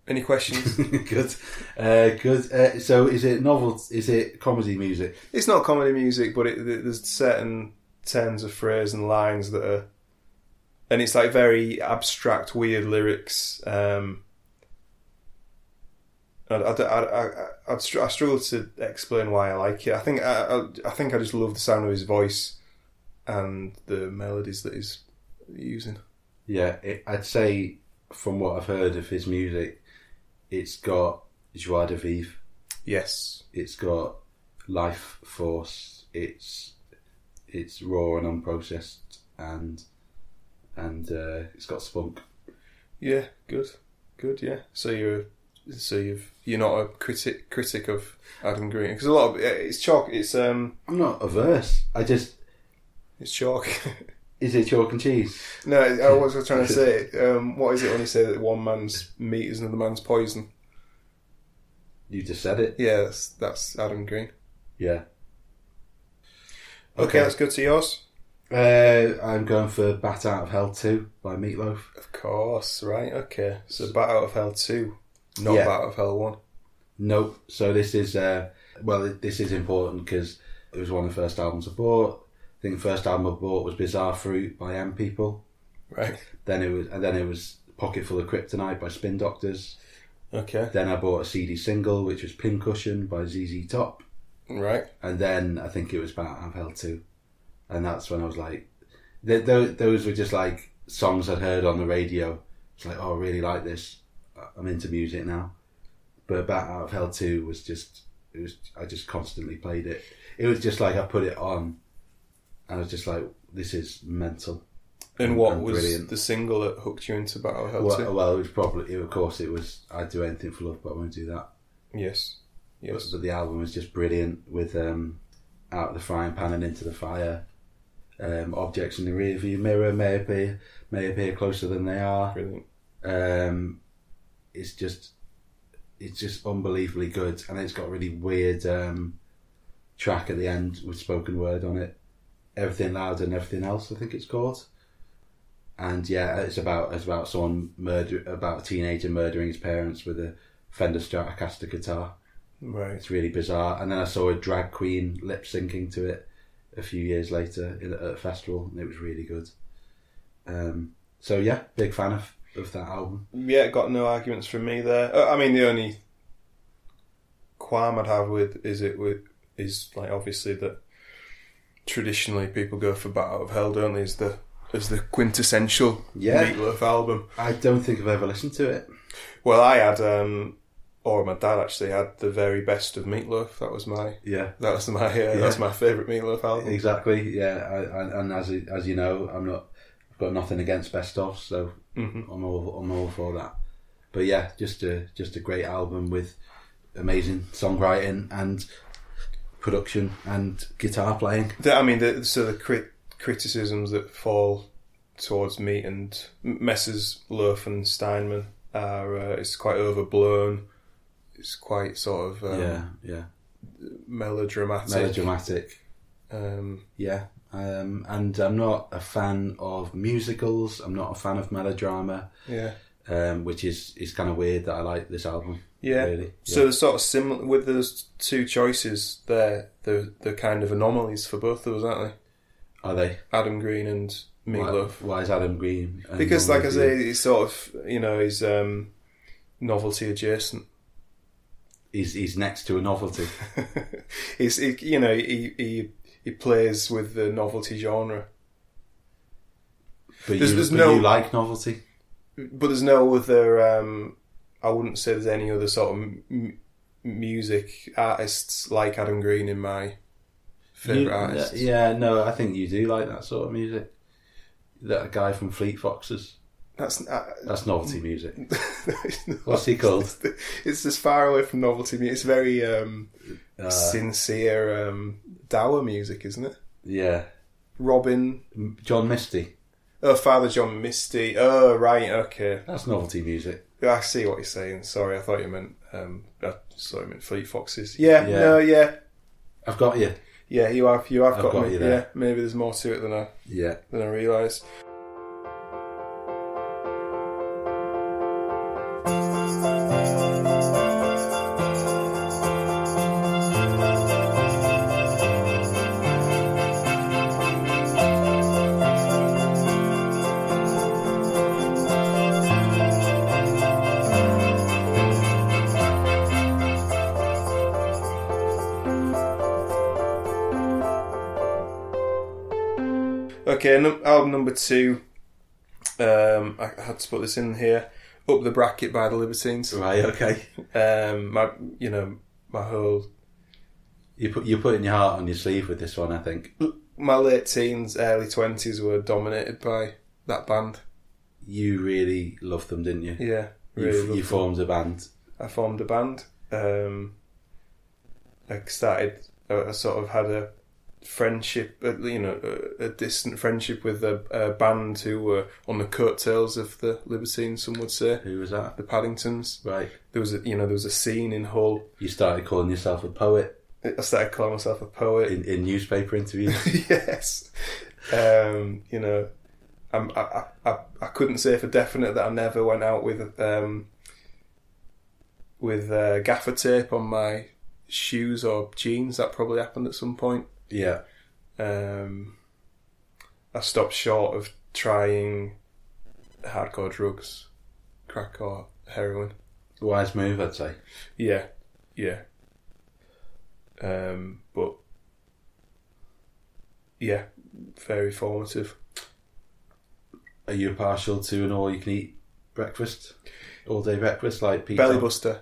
S1: Any questions?
S2: good, uh, good. Uh, so, is it novel? Is it comedy music?
S1: it's not comedy music, but it, th- there's certain turns of phrase and lines that are, and it's like very abstract, weird lyrics. Um, I, I, I, I, I'd str- I struggle to explain why I like it. I think I, I, I think I just love the sound of his voice and the melodies that he's using.
S2: Yeah, it, I'd say from what I've heard of his music, it's got joie de vivre,
S1: Yes,
S2: it's got life force, it's it's raw and unprocessed, and and uh, it's got spunk.
S1: yeah, good, good, yeah. So you're. So you've you're not a critic critic of Adam Green because a lot of it's chalk it's um
S2: I'm not averse. I just
S1: it's chalk
S2: is it chalk and cheese?
S1: <laughs> No, I was trying to say, um, what is it when you say that one man's meat is another man's poison?
S2: You just said it.
S1: Yeah, that's, that's Adam Green.
S2: Yeah.
S1: Okay, let's go to yours.
S2: Uh, I'm going for Bat Out of Hell 2 by Meatloaf.
S1: Of course, right? Okay. So Bat Out of Hell two, not
S2: Yeah.
S1: Bat Out of Hell one.
S2: Nope. So this is uh, well, this is important because it was one of the first albums I bought. I think the first album I bought was Bizarre Fruit by M People.
S1: Right.
S2: Then it was, and then it was Pocket Full of Kryptonite by Spin Doctors.
S1: Okay.
S2: Then I bought a CD single which was Pincushion by ZZ Top,
S1: Right.
S2: and then I think it was Bat Out of Hell Two, and that's when I was like, th- th- those were just like songs I'd heard on the radio. It's like, oh, I really like this. I- I'm into music now. But Bat Out of Hell Two was just, it was I just constantly played it. It was just like I put it on, and I was just like, this is mental.
S1: And
S2: And-
S1: what
S2: and
S1: was
S2: brilliant.
S1: the single that hooked you into Bat Out of Hell two?
S2: Well, well, it was probably, of course, it was. I'd do anything for love, but I won't do that.
S1: Yes. Yes.
S2: But the album was just brilliant with um, out of the frying pan and into the fire. Um, objects in the rearview mirror may appear may appear closer than they are.
S1: Brilliant.
S2: Um, it's just it's just unbelievably good, and it's got a really weird um, track at the end with spoken word on it. Everything loud and everything else, I think it's called. And yeah, it's about it's about someone murder about a teenager murdering his parents with a Fender Stratocaster guitar.
S1: Right.
S2: It's really bizarre. And then I saw a drag queen lip syncing to it a few years later in, at a festival, and it was really good. Um, so yeah, big fan of, of that album.
S1: Yeah, got no arguments from me there. Uh, I mean, the only qualm I'd have with is it with is like obviously that traditionally people go for Bat Out of Hell, don't they? Is the as the quintessential
S2: Yeah.
S1: Meatloaf album.
S2: I don't think I've ever listened to it.
S1: Well, I had, um, or my dad actually had the very best of Meatloaf. That was my
S2: Yeah,
S1: that was my uh, that was my favourite Meatloaf album.
S2: exactly. Yeah, I, I, and as you- as you know, I'm not I've got nothing against best of, so
S1: hmm
S2: I'm all I'm all for that. But yeah, just a just a great album with amazing songwriting and production and guitar playing.
S1: The, I mean, the, so the crit- criticisms that fall towards Meat and Messrs. Loaf and Steinman are uh, it's quite overblown. It's quite sort of um,
S2: yeah, yeah,
S1: melodramatic.
S2: melodramatic.
S1: Um,
S2: Yeah, um, and I'm not a fan of musicals. I'm not a fan of melodrama,
S1: yeah,
S2: um, which is is kind of weird that I like this album.
S1: yeah.
S2: really.
S1: So they're sort of similar with those two choices there. They're they're kind of anomalies for both of us, aren't
S2: Are they?
S1: they? Adam Green and
S2: Why,
S1: Meatloaf.
S2: why is Adam Green? and
S1: Because,
S2: Norman
S1: like I say,
S2: Reedus-
S1: he's sort of you know he's um, novelty adjacent.
S2: he's he's next to a
S1: <laughs>
S2: novelty.
S1: he's he, you know he, he he plays with the novelty genre,
S2: But,
S1: There's-
S2: you,
S1: there's
S2: but
S1: no-
S2: you like novelty.
S1: but there's no other. Um, I wouldn't say there's any other sort of m- m- music artists like Adam Green in my favorite
S2: You-
S1: artists.
S2: yeah, no, I think you do like that sort of music. That guy from Fleet Foxes.
S1: That's uh, <laughs>
S2: That's novelty music.
S1: it's not-
S2: What's
S1: <laughs>
S2: he called?
S1: It's as far away from novelty music. It's very um,
S2: Uh,
S1: sincere, um, dour music, isn't it?
S2: yeah,
S1: Robin,
S2: M- John Misty.
S1: oh Father John Misty. Oh right, okay.
S2: That's novelty music.
S1: Yeah, I see what you're saying. Sorry, I thought you meant um, I sorry, meant Fleet Foxes. Yeah,
S2: Yeah.
S1: no, yeah,
S2: I've got you.
S1: yeah. You have, you have
S2: I've
S1: got,
S2: got
S1: me.
S2: you
S1: yeah,
S2: there.
S1: maybe there's more to it than I
S2: Yeah.
S1: than I realised. Okay, num- album number two. Um, I had to put this in here. Up the bracket by the Libertines.
S2: Right. Okay.
S1: Um, my, you know, my whole
S2: You put you're putting your heart on your sleeve with this one, I think.
S1: my late teens, early twenties were dominated by that band.
S2: You really loved them, didn't you?
S1: Yeah,
S2: You,
S1: really.
S2: you formed a band.
S1: I formed a band. Um, I started. uh, I I sort of had a friendship, uh, you know, a, a distant friendship with a, a band who were on the coattails of the Libertines. Some would say
S2: Who was that?
S1: the Paddingtons.
S2: Right.
S1: There was, a, you know, there was a scene in Hull.
S2: You started calling yourself a poet
S1: I started calling myself a poet. <laughs>
S2: in, in newspaper interviews.
S1: yes, Um, you know, I'm, I, I, I I couldn't say for definite that I never went out with um, with uh, gaffer tape on my shoes or jeans. That probably happened at some point.
S2: Yeah.
S1: Um, I stopped short of trying hardcore drugs, crack or heroin.
S2: Wise move, I'd say.
S1: Yeah, yeah. Um, but yeah, very formative.
S2: Are you partial to an all-you-can-eat breakfast, all-day breakfast like Pete?
S1: Belly
S2: Doc-
S1: buster.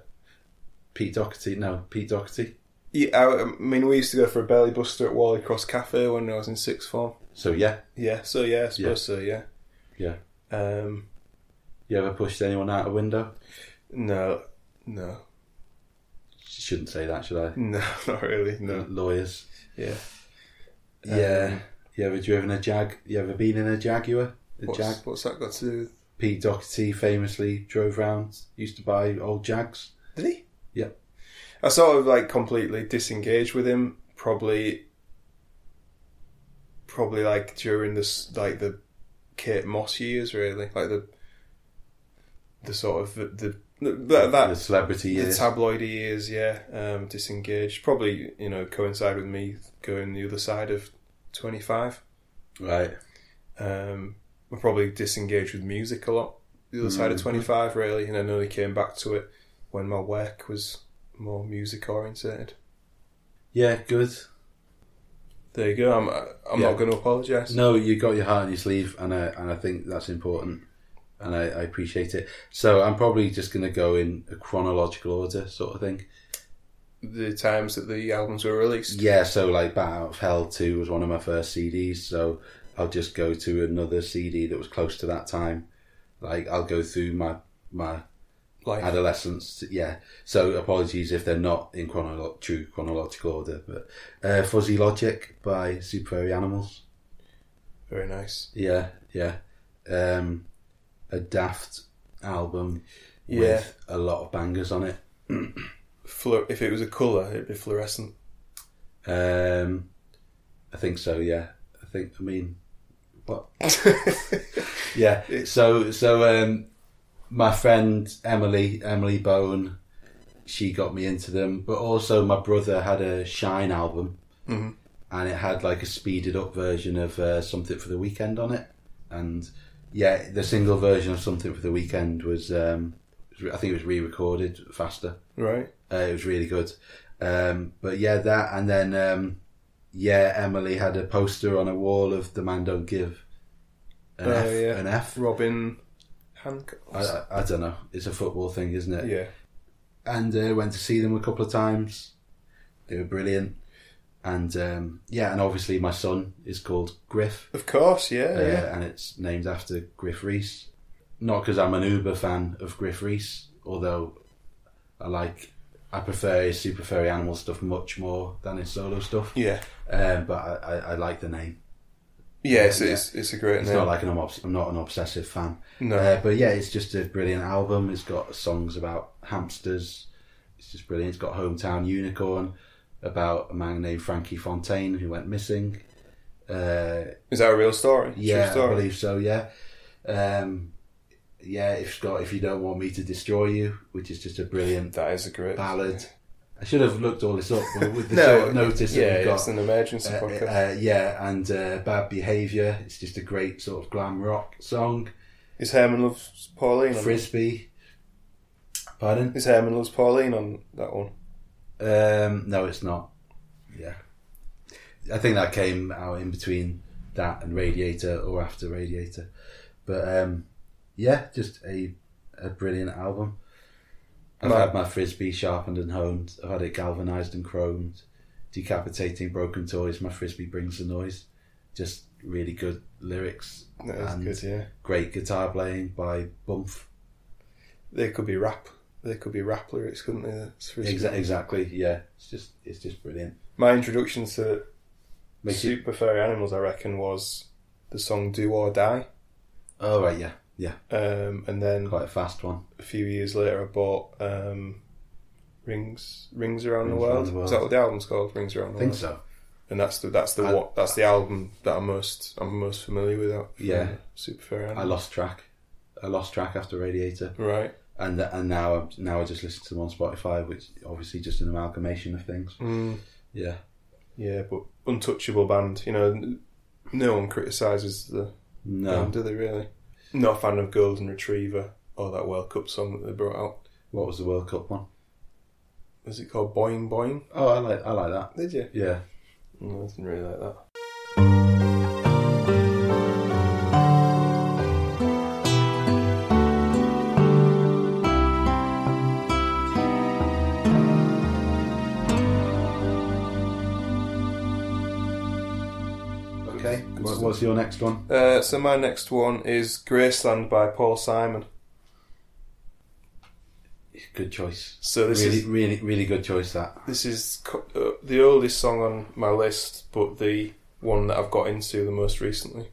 S2: Pete Doherty. No, Pete Doherty.
S1: Yeah, I, I mean, we used to go for a belly buster at Wally Cross Cafe when I was in sixth form.
S2: So yeah,
S1: Yeah, so yeah, I suppose so. Yeah,
S2: yeah.
S1: um,
S2: You ever pushed anyone out a window?
S1: no, no, <laughs>
S2: Shouldn't say that, should I?
S1: no, not really. No,
S2: Lawyers.
S1: yeah. Um,
S2: Yeah. you ever driven a jag? You ever been in a Jaguar? A
S1: What's,
S2: jag.
S1: what's that got to do? with...
S2: Pete Doherty famously drove round, used to buy old Jags.
S1: Did he?
S2: Yeah.
S1: I sort of like completely disengaged with him. Probably, probably like during this, like the Kate Moss years, really, like the the sort of the, the that,
S2: the
S1: that
S2: celebrity
S1: the
S2: years.
S1: tabloid years, yeah, um, disengaged. Probably, you know, coincide with me going the other side of twenty five.
S2: right.
S1: Um, I probably disengaged with music a lot. The other
S2: Mm-hmm.
S1: side of twenty five, really, and then only came back to it when my work was more music oriented.
S2: Yeah, good.
S1: There you go. I'm uh, I'm
S2: Yeah.
S1: not going to apologise.
S2: No, you got your heart on your sleeve, and I and I think that's important, and I, I appreciate it. So I'm probably just going to go in a chronological order, sort of thing.
S1: The times that the albums were released.
S2: Yeah, so like Bat Out of Hell 2 was one of my first CDs, so I'll just go to another CD that was close to that time. Like I'll go through my my
S1: Like
S2: adolescence, yeah. So apologies if they're not in chronolo- true chronological order, but uh, Fuzzy Logic by Super Animals.
S1: very nice.
S2: Yeah, yeah. Um, a daft album
S1: Yeah.
S2: with a lot of bangers on it.
S1: Flu- if it was a colour, it'd be
S2: <laughs>
S1: fluorescent.
S2: Um, I think so. Yeah, I think. I mean, what? yeah. So so um, my friend Emily Emily Bone, she got me into them, but also my brother had a Shine album,
S1: Mhm.
S2: and it had like a speeded up version of uh, Something for the Weekend on it, and yeah, the single version of Something for the Weekend was. Um, I think it was re-recorded faster.
S1: right.
S2: Uh, it was really good. Um, but yeah, that and then um, yeah, Emily had a poster on a wall of "The Man Don't Give." An
S1: Oh,
S2: F,
S1: yeah.
S2: an F.
S1: Robin Hancock.
S2: I, I, I don't know. It's a football thing, isn't it?
S1: yeah.
S2: And uh, went to see them a couple of times. They were brilliant. And um, yeah, and obviously my son is called Griff,
S1: Of course. Yeah.
S2: uh,
S1: Oh, yeah.
S2: and it's named after Griff Reese. Not because I'm an uber fan of Griff Reese, although I like, I prefer his Super Furry Animal stuff much more than his solo stuff.
S1: Yeah.
S2: Um, but I, I, I like the name.
S1: Yeah. It's,
S2: Yeah.
S1: It's, it's a great
S2: It's
S1: name.
S2: not like an obs- I'm not an obsessive fan.
S1: No.
S2: Uh, but yeah, it's just a brilliant album. It's got songs about hamsters. It's just brilliant. It's got Hometown Unicorn about a man named Frankie Fontaine who went missing. Uh,
S1: Is that a real story? True
S2: yeah, I
S1: story?
S2: believe so. Yeah, um, yeah. If Scott, if you don't want me to destroy you, which is just a brilliant
S1: That is a great
S2: ballad. I should have looked all this up but with
S1: <laughs>
S2: the
S1: No,
S2: short notice
S1: yeah,
S2: that we've got.
S1: it's an emergency
S2: Uh,
S1: podcast.
S2: uh, yeah, and uh, Bad Behaviour. It's just a great sort of glam rock song.
S1: is Herman loves Pauline? On,
S2: Frisbee. Pardon?
S1: is Herman loves Pauline on that one?
S2: Um, no, it's not. Yeah. I think that came out in between that and Radiator or after Radiator. But um, yeah, just a, a brilliant album. I've
S1: Right.
S2: had my Frisbee sharpened and honed. I've had it galvanised and chromed. Decapitating broken toys, my Frisbee brings the noise. Just really good lyrics.
S1: That is
S2: and
S1: good. Yeah,
S2: Great guitar playing by Bumph.
S1: they could be rap. They could be rap lyrics, couldn't they? That's really-
S2: Exa- exactly, yeah. It's just it's just brilliant.
S1: My introduction to
S2: Makes you
S1: Super Furry Animals, I reckon, was the song "Do or Die,"
S2: Oh right, yeah, yeah.
S1: um, and then
S2: Quite a fast one.
S1: a few years later, I bought um, "Rings Rings Around the
S2: Rings
S1: World."
S2: Around the
S1: Is
S2: World.
S1: that what the album's called? "Rings Around the
S2: I think
S1: World."
S2: so.
S1: and that's the that's the
S2: I-
S1: what that's the album that I'm most I'm most familiar with. Out from
S2: Yeah.
S1: Superfair.
S2: I
S1: Animal.
S2: lost track. I lost track after Radiator,
S1: right.
S2: and uh, and now I'm, now I just listen to them on Spotify, which obviously just an amalgamation of things.
S1: Mm,
S2: Yeah,
S1: yeah, but untouchable band. You know, n- no one criticises the
S2: no.
S1: band, do they really? Not a fan of Golden Retriever or that World Cup song that they brought out.
S2: What was the World Cup one?
S1: Is it called Boing Boing?
S2: Oh, I like I like that.
S1: Did you?
S2: Yeah,
S1: No, I didn't really like that.
S2: Okay. What, what's your next one?
S1: Uh, so my next one is Graceland by Paul Simon.
S2: Good choice.
S1: So this
S2: really,
S1: is
S2: really, really good choice. That.
S1: this is co- uh, the oldest song on my list, but the one that I've got into the most recently.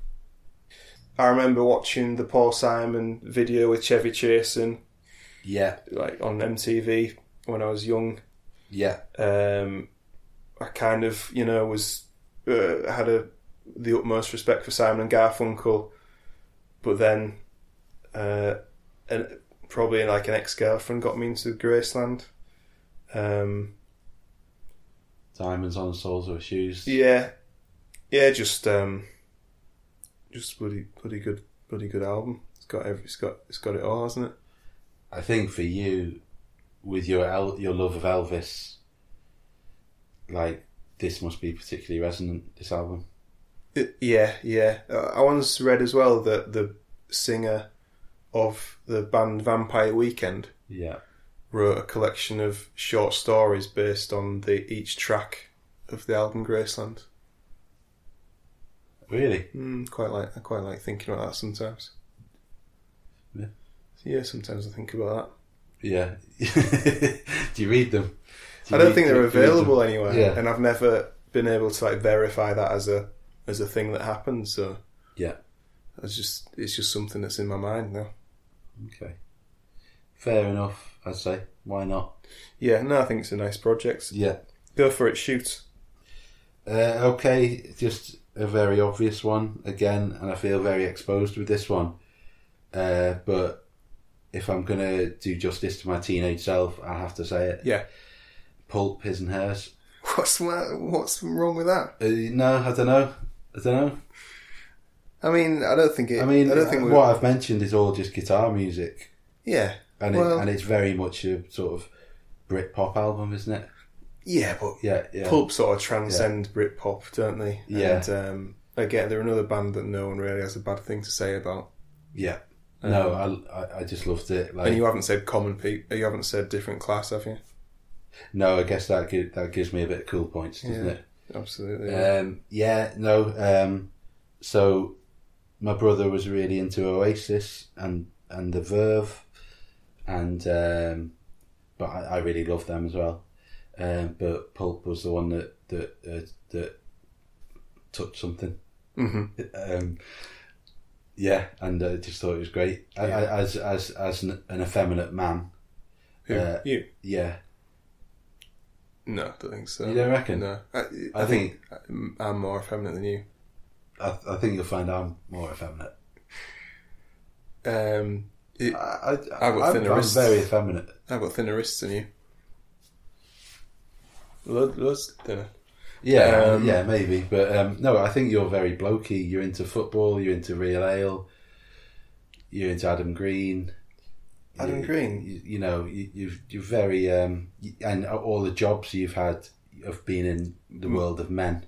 S1: I remember watching the Paul Simon video with Chevy Chase and
S2: Yeah,
S1: like on MTV when I was young.
S2: yeah,
S1: Um, I kind of you know was uh, had a the utmost respect for Simon and Garfunkel, but then, uh, and probably like an ex girlfriend got me into Graceland. Um,
S2: diamonds on the soles of her shoes.
S1: Yeah, yeah, just um, just bloody bloody good, bloody good album. It's got every, it's got it's got it all, hasn't it?
S2: I think for you, with your El- your love of Elvis, like this must be particularly resonant. This album.
S1: It- yeah, yeah. Uh, I once read as well that the singer of the band Vampire Weekend
S2: Yeah.
S1: wrote a collection of short stories based on the each track of the album Graceland.
S2: Really.
S1: Mm, quite like I quite like thinking about that sometimes.
S2: Yeah.
S1: Yeah, sometimes I think about that.
S2: Yeah. <laughs> Do you read them? Do
S1: I
S2: you
S1: don't
S2: read-
S1: think
S2: do
S1: they're
S2: you read them?
S1: available anywhere,
S2: Yeah.
S1: and I've never been able to like verify that as a as a thing that happened. So
S2: Yeah.
S1: it's just it's just something that's in my mind now.
S2: Okay. Fair enough. I'd say. Why not?
S1: Yeah, no, I think it's a nice project.
S2: Yeah.
S1: Go for it, shoot. <laughs>
S2: Uh, okay, just a very obvious one again, and I feel very exposed with this one. Uh, but if I'm gonna do justice to my teenage self, I have to say it.
S1: Yeah.
S2: Pulp, his and hers.
S1: What's wha- what's wrong with that?
S2: Uh, no, I don't know. I don't know.
S1: I mean, I don't think it.
S2: I mean,
S1: I don't think
S2: uh,
S1: we.
S2: what I've mentioned is all just guitar music,
S1: Yeah,
S2: and
S1: Well-
S2: it, and it's very much a sort of Brit pop album, isn't it?
S1: yeah, but
S2: Yeah, yeah.
S1: pulp sort of transcend Britpop, don't they?
S2: Yeah.
S1: And, um, again, they're another band that no one really has a bad thing to say about.
S2: Yeah. No, I, I, I just loved it. Like,
S1: And you haven't said common people. You haven't said different class, have you?
S2: no, I guess that gi- that gives me a bit of cool points, doesn't
S1: Yeah.
S2: it?
S1: Absolutely.
S2: Um, yeah, no. Um, so my brother was really into Oasis and and the Verve, and um, but I, I really loved them as well. Um, but Pulp was the one that that uh, that touched something.
S1: hmm
S2: Um, yeah, and I just thought it was great. I,
S1: Yeah.
S2: I, as as as an, an effeminate man,
S1: Who?
S2: Uh,
S1: you?
S2: yeah,
S1: No, I don't think so.
S2: you don't reckon?
S1: No, I, I,
S2: I
S1: think, I'm more effeminate than you.
S2: I, I think you'll find I'm more effeminate.
S1: Um, it,
S2: I, I,
S1: got
S2: I'm-
S1: thinner
S2: I'm
S1: wrists.
S2: very effeminate.
S1: I've got thinner wrists than you. Lo- Loads thinner.
S2: Yeah,
S1: Um,
S2: yeah, maybe. But um, no, I think you're very blokey. You're into football. You're into real ale. You're into Adam Green.
S1: Adam
S2: you,
S1: Green?
S2: You, you know, you, you've, you're very um, y- and all the jobs you've had of being in the
S1: Mm.
S2: world of men.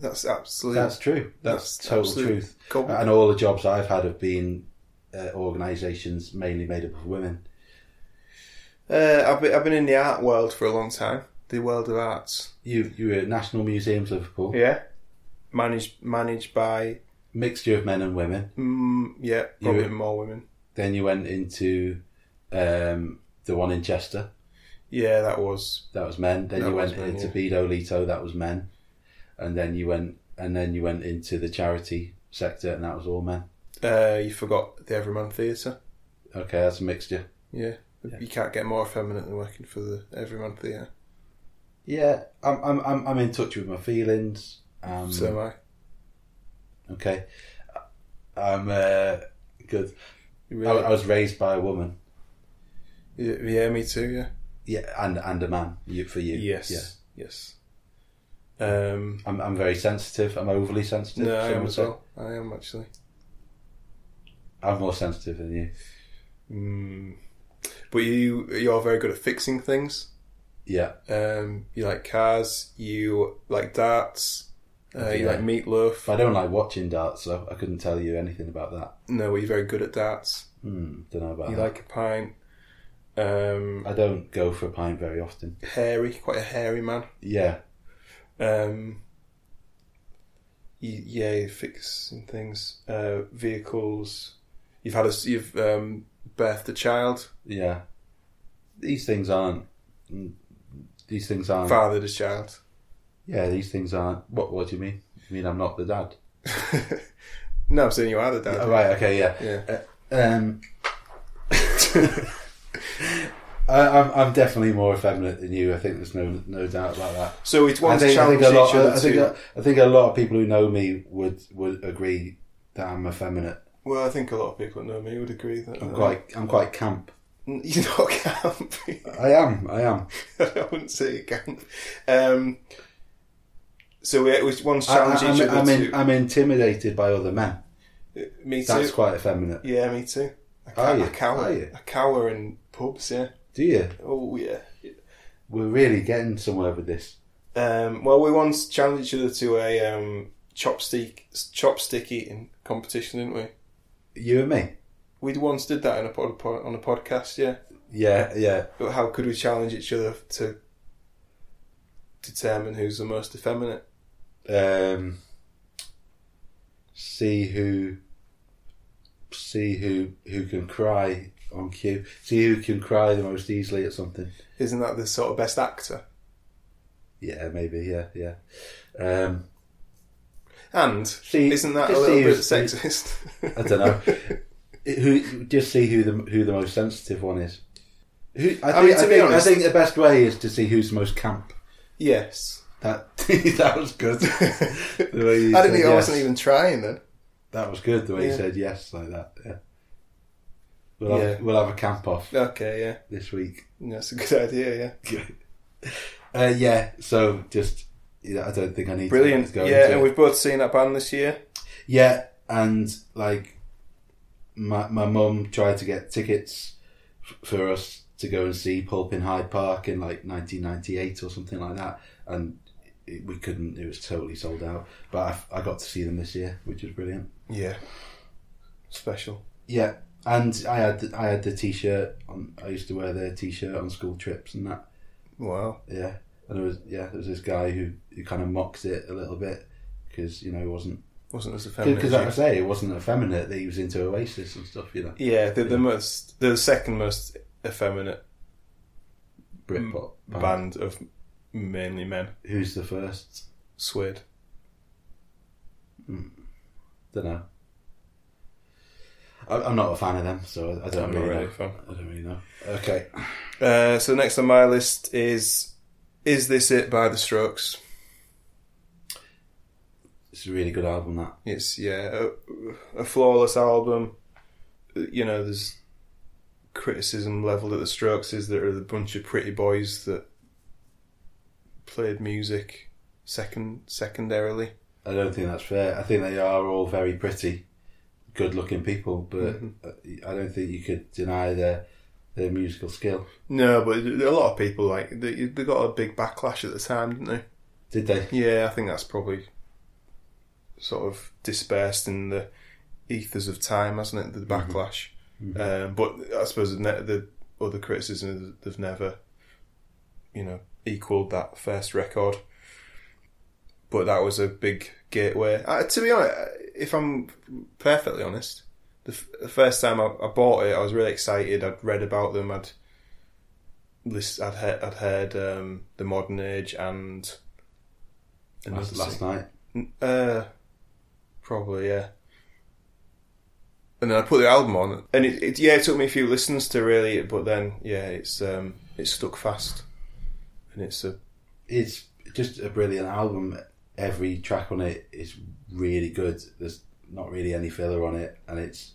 S1: That's absolutely.
S2: That's true. That's,
S1: That's
S2: total
S1: absolute
S2: truth.
S1: gold.
S2: And all the jobs I've had have been uh, organisations mainly made up of women.
S1: Uh, I've been I've been in the art world for a long time. The world of arts.
S2: You you were at National Museums Liverpool,
S1: Yeah. Managed managed by
S2: mixture of men and women.
S1: mm, yeah probably
S2: You-
S1: more women.
S2: Then you went into um, the one in Chester.
S1: Yeah, that was
S2: That was men. Then
S1: That
S2: you went
S1: was men,
S2: into
S1: yeah.
S2: Bido Lito. That was men. And then you went and then you went into the charity sector, and that was all men.
S1: uh, you forgot the Everyman Theatre.
S2: Okay, that's a mixture.
S1: Yeah. You can't get more effeminate than working for the Everyman Theatre.
S2: yeah, I'm I'm I'm, I'm in touch with my feelings. Um,
S1: So am I.
S2: okay, I'm uh, good.
S1: You
S2: I,
S1: Really?
S2: I was raised by a woman.
S1: yeah, yeah, me too. Yeah.
S2: Yeah, and and a man. You for you.
S1: Yes.
S2: Yeah.
S1: Yes. Um,
S2: I'm I'm very sensitive. I'm overly sensitive.
S1: no, I
S2: some
S1: am
S2: would
S1: as
S2: say.
S1: well. I am actually.
S2: I'm more sensitive than you.
S1: Mm. But you, you're very good at fixing things.
S2: Yeah.
S1: Um, you like cars. You like darts. Uh, You
S2: Yeah.
S1: like meatloaf.
S2: But I don't like watching darts, though. I couldn't tell you anything about that.
S1: No, you're very good at darts.
S2: Hmm. Don't know about
S1: You
S2: that.
S1: like a pint. Um,
S2: I don't go for a pint very often.
S1: hairy, quite a hairy man.
S2: Yeah.
S1: Um, y- yeah, you fixing things, uh, vehicles. You've had a s- you've um, birthed a child,
S2: Yeah. These things aren't. mm, These things aren't.
S1: fathered a child. <laughs>
S2: Yeah, these things aren't. What? What do you mean? You mean I'm not the dad?
S1: no, I'm saying you are the
S2: Oh,
S1: dad.
S2: right. Okay. Yeah.
S1: Yeah,
S2: Um. <laughs> I, I'm I'm definitely more effeminate than you. I think there's no no doubt about that.
S1: So it's
S2: I
S1: one's
S2: think, I think
S1: challenge
S2: a lot.
S1: each other
S2: I think,
S1: to-
S2: a, I think a lot of people who know me would would agree that I'm effeminate.
S1: well, I think a lot of people that know me would agree that uh, <laughs>
S2: I'm quite I'm quite camp.
S1: You're not camp.
S2: I am. I am.
S1: <laughs> I wouldn't say camp. Um, so we- it's one's
S2: I,
S1: challenge each
S2: am
S1: other
S2: I'm, in,
S1: to. Uh,
S2: I'm intimidated by other men.
S1: me too.
S2: That's quite effeminate.
S1: Yeah, me too. I,
S2: Are
S1: ca-
S2: you?
S1: I cower.
S2: Are you?
S1: I cower in pubs. Yeah.
S2: Do you?
S1: Oh yeah.
S2: We're really getting somewhere with this.
S1: Um, well, we once challenged each other to a um, chopstick chopstick eating competition, didn't we?
S2: You and me.
S1: We once did that in a pod, pod, on a podcast. Yeah.
S2: Yeah, yeah.
S1: But how could we challenge each other to determine who's the most effeminate?
S2: Um, see who, see who who can cry on cue. See who can cry the most easily at something.
S1: Isn't that the sort of best actor?
S2: Yeah, maybe. Yeah, yeah. Um,
S1: And
S2: see,
S1: isn't that a
S2: just
S1: little
S2: see
S1: bit
S2: who's-
S1: sexist?
S2: <laughs> I don't know. who just see who the who the most sensitive one is. Who, I, think,
S1: I
S2: I,
S1: mean, to be
S2: think,
S1: honest-
S2: I think the best way is to see who's the most camp.
S1: <laughs>
S2: <laughs>
S1: yes.
S2: That that was good.
S1: I
S2: The way you
S1: didn't.
S2: said
S1: Even, I
S2: yes.
S1: wasn't even trying then.
S2: That was good the way
S1: Yeah.
S2: you said yes like that. Yeah. We'll have,
S1: Yeah.
S2: we'll have a camp off
S1: Okay. Yeah.
S2: this week.
S1: That's a good idea. Yeah.
S2: uh, yeah. So just you know, I don't think I need
S1: Brilliant.
S2: to go
S1: Yeah,
S2: into
S1: and
S2: it.
S1: we've both seen that band this year.
S2: yeah, and like my my mum tried to get tickets f- for us to go and see Pulp in Hyde Park in like 1998 or something like that, and it, we couldn't. It was totally sold out. But I, I got to see them this year, which was brilliant.
S1: Yeah. Special.
S2: Yeah, and I had the, I had the t shirt on. I used to wear their t shirt on school trips and that.
S1: Wow.
S2: Yeah, and there was yeah there was this guy who, who kind of mocked it a little bit because you know he wasn't
S1: Wasn't as effeminate.
S2: because
S1: as
S2: like I
S1: you-
S2: say it wasn't effeminate that he was into Oasis and stuff. You know,
S1: Yeah, they're the most, they're the second most effeminate
S2: Britpop band.
S1: Mm. band of mainly men.
S2: Who's the first?
S1: Swede.
S2: Don't know. I'm not a fan of them, so I- I don't
S1: I'm not
S2: really.
S1: really
S2: know.
S1: a fan.
S2: I don't really know. Okay.
S1: Uh, so next on my list is "Is This It" by The Strokes.
S2: It's a really good album. That
S1: It's yeah, a, a flawless album. You know, there's criticism leveled at the Strokes is there are a bunch of pretty boys that played music second secondarily.
S2: I don't think that's fair. I think they are all very pretty, good-looking people, but uh, I don't think you could deny their their musical skill.
S1: No, but a lot of people like they, they got a big backlash at the time, didn't
S2: Did they?
S1: they? Yeah, I think that's probably sort of dispersed in the ethers of time, hasn't it? The
S2: Mm-hmm.
S1: backlash. Um, but I suppose the, ne- the other criticism is that they've never, you know, equalled that first record. But that was a big gateway. Uh, to be honest, if I'm perfectly honest, the, f- the first time I, I bought it, I was really excited. I'd read about them. I'd list. I'd heard. I'd heard um, the Modern Age and
S2: Last,
S1: another
S2: last night.
S1: uh, probably yeah. And then I put the album on, and it, it yeah, it took me a few listens to really, but then yeah, it's um, it's stuck fast, and it's a
S2: it's just a brilliant album. Every track on it is really good. There's not really any filler on it, and it's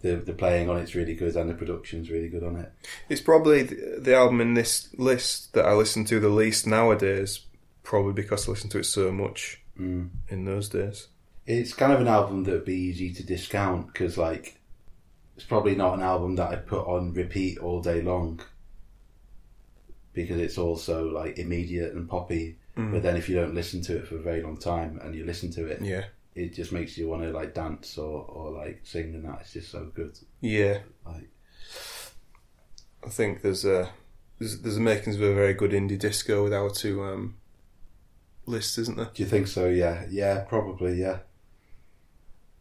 S2: the the playing on it's really good, and the production's really good on it.
S1: It's probably the, the album in this list that I listen to the least nowadays, probably because I listen to it so much
S2: Mm.
S1: in those days.
S2: It's kind of an album that would be easy to discount because, like, it's probably not an album that I put on repeat all day long because it's also like immediate and poppy. But then, if you don't listen to it for a very long time and you listen to it,
S1: Yeah.
S2: it just makes you want to like dance or, or like sing, and that it's just so good.
S1: Yeah.
S2: Like,
S1: I think there's a there's, there's the makings of a very good indie disco with our two um, lists, isn't there?
S2: do you think so? Yeah, yeah, probably, yeah.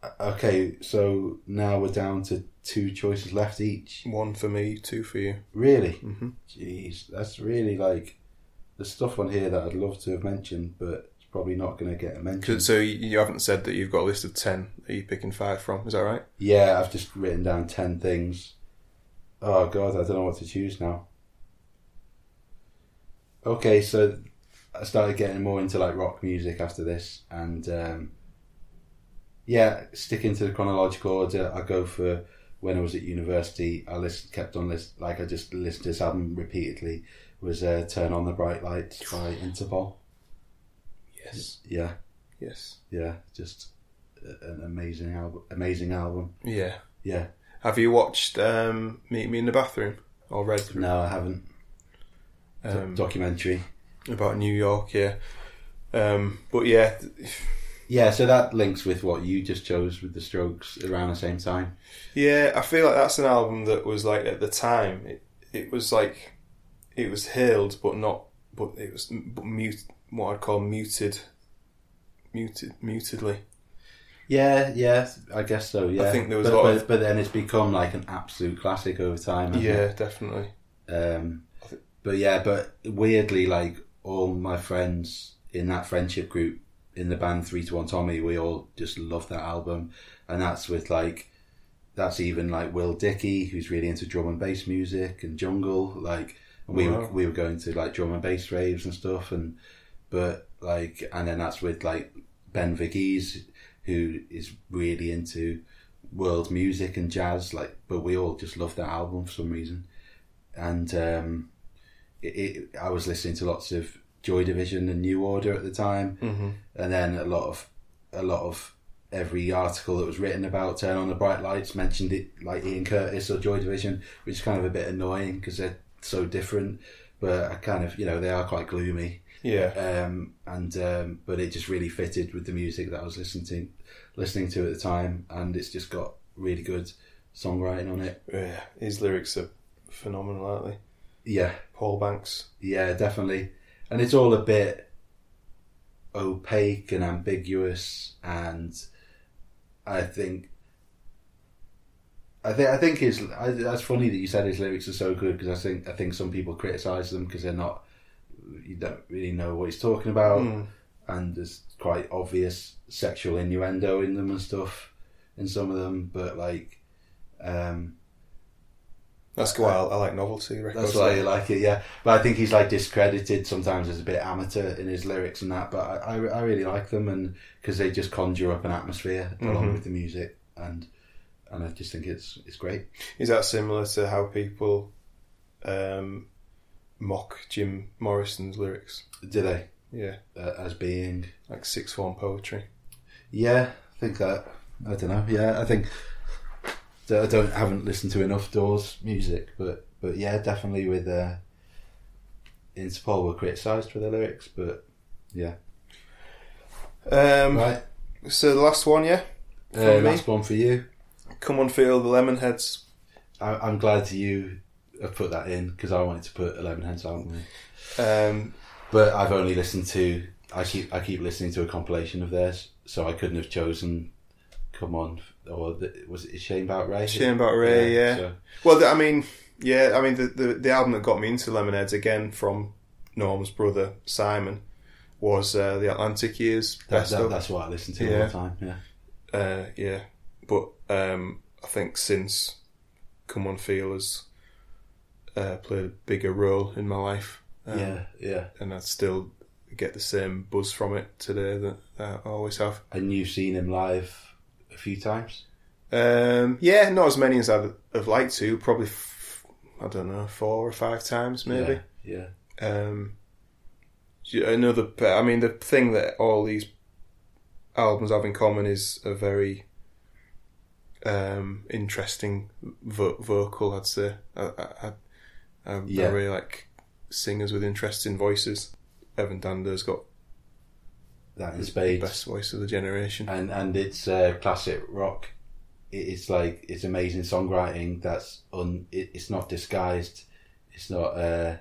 S2: O- Okay, so now we're down to two choices left each.
S1: One for me, two for you.
S2: Really?
S1: hmm
S2: Jeez, that's really like the stuff on here that I'd love to have mentioned, but it's probably not going to get a mention.
S1: So you you haven't said that you've got a list of ten that you're picking five from. Is that right?
S2: Yeah, I've just written down 10 things. Oh, God, I don't know what to choose now. Okay, so I started getting more into like rock music after this, and um, yeah, sticking to the chronological order, I go for when I was at university. I list, kept on list like I just listed this album repeatedly. Was uh, "Turn on the Bright Lights" by Interpol.
S1: Yes.
S2: Yeah,
S1: Yes.
S2: yeah, just a- an amazing album. Amazing album.
S1: Yeah.
S2: Yeah.
S1: Have you watched um, Meet Me in the Bathroom or read through
S2: No, I haven't. Do-
S1: um,
S2: documentary.
S1: about New York? Yeah. Um, but yeah,
S2: Yeah, so that links with what you just chose with the Strokes around the same time.
S1: Yeah, I feel like that's an album that was like at the time it, it was like it was hailed, but not but it was m- but mute what I'd call muted, muted mutedly.
S2: Yeah, yeah, I guess so. Yeah,
S1: think there was a
S2: but,
S1: lot
S2: but,
S1: of-
S2: but then it's become like an absolute classic over time. hasn't
S1: Yeah, definitely.
S2: it? Um, but yeah, but weirdly, like all my friends in that friendship group in the band Three to One Tommy, we all just love that album, and that's with like. That's even like Will Dickey, who's really into drum and bass music and jungle. Like we were,
S1: Wow.
S2: we were going to like drum and bass raves and stuff, and but like and then that's with like Ben Viggies, who is really into world music and jazz. Like, but we all just love that album for some reason, and um, it, it, I was listening to lots of Joy Division and New Order at the time,
S1: Mm-hmm.
S2: and then a lot of a lot of every article that was written about Turn on the Bright Lights mentioned it like Ian Curtis or Joy Division, which is kind of a bit annoying because they're so different. But I kind of you know they are quite gloomy,
S1: Yeah,
S2: um, and um, but it just really fitted with the music that I was listening to, listening to at the time, and it's just got really good songwriting on it.
S1: yeah. His lyrics are phenomenal, aren't they?
S2: Yeah,
S1: Paul Banks.
S2: Yeah, definitely. And it's all a bit opaque and ambiguous and I think I think I think it's I, that's funny that you said his lyrics are so good because I think I think some people criticize them because they're not you don't really know what he's talking about
S1: Mm.
S2: and there's quite obvious sexual innuendo in them and stuff in some of them but like um
S1: That's why I, I like novelty records.
S2: That's why you like it, yeah. But I think he's like discredited sometimes as a bit amateur in his lyrics and that. But I, I, I really like them, and because they just conjure up an atmosphere
S1: Mhm.
S2: along with the music, and and I just think it's it's great.
S1: Is that similar to how people um, mock Jim Morrison's lyrics?
S2: Do they
S1: Yeah,
S2: uh, as being?
S1: like six form poetry.
S2: Yeah, I think that. I don't know. Yeah, I think that I don't haven't listened to enough Doors music, but but yeah, definitely with uh, Interpol were criticised for their lyrics, but yeah,
S1: Um,
S2: right.
S1: So the last one, yeah. me?
S2: Uh, last one Mm. for you.
S1: Come on, feel the Lemonheads.
S2: I, I'm glad you have put that in because I wanted to put Eleven Hands album in,
S1: Um,
S2: but I've only listened to I keep I keep listening to a compilation of theirs, so I couldn't have chosen. Come on, or the, was it Shame About Ray?
S1: Shame About Ray, yeah.
S2: so-
S1: well, th- I mean, yeah, I mean the, the the album that got me into Lemonheads again from Norm's brother Simon was uh, the Atlantic Years
S2: that,
S1: best
S2: that,
S1: of.
S2: that's what I listen to all
S1: Yeah.
S2: the time. Yeah,
S1: Uh, yeah, but um, I think since Come on, Feel has uh, played a bigger role in my life, um,
S2: yeah, yeah.
S1: and I still get the same buzz from it today that I always have.
S2: And you've seen him live a few times.
S1: Um, yeah, not as many as I'd have liked to. Probably, f- I don't know, four or five times maybe.
S2: Yeah. yeah.
S1: Um, another, p- I mean, the thing that all these albums have in common is a very um, interesting vo- vocal. I'd say. I, I, I, I,
S2: Yeah.
S1: I really like singers with interesting voices. Evan Dander's got
S2: That in
S1: the
S2: spades.
S1: best voice of the generation.
S2: and and it's uh, classic rock. It- It's like it's amazing songwriting. That's un. It, it's not disguised. It's not. Uh,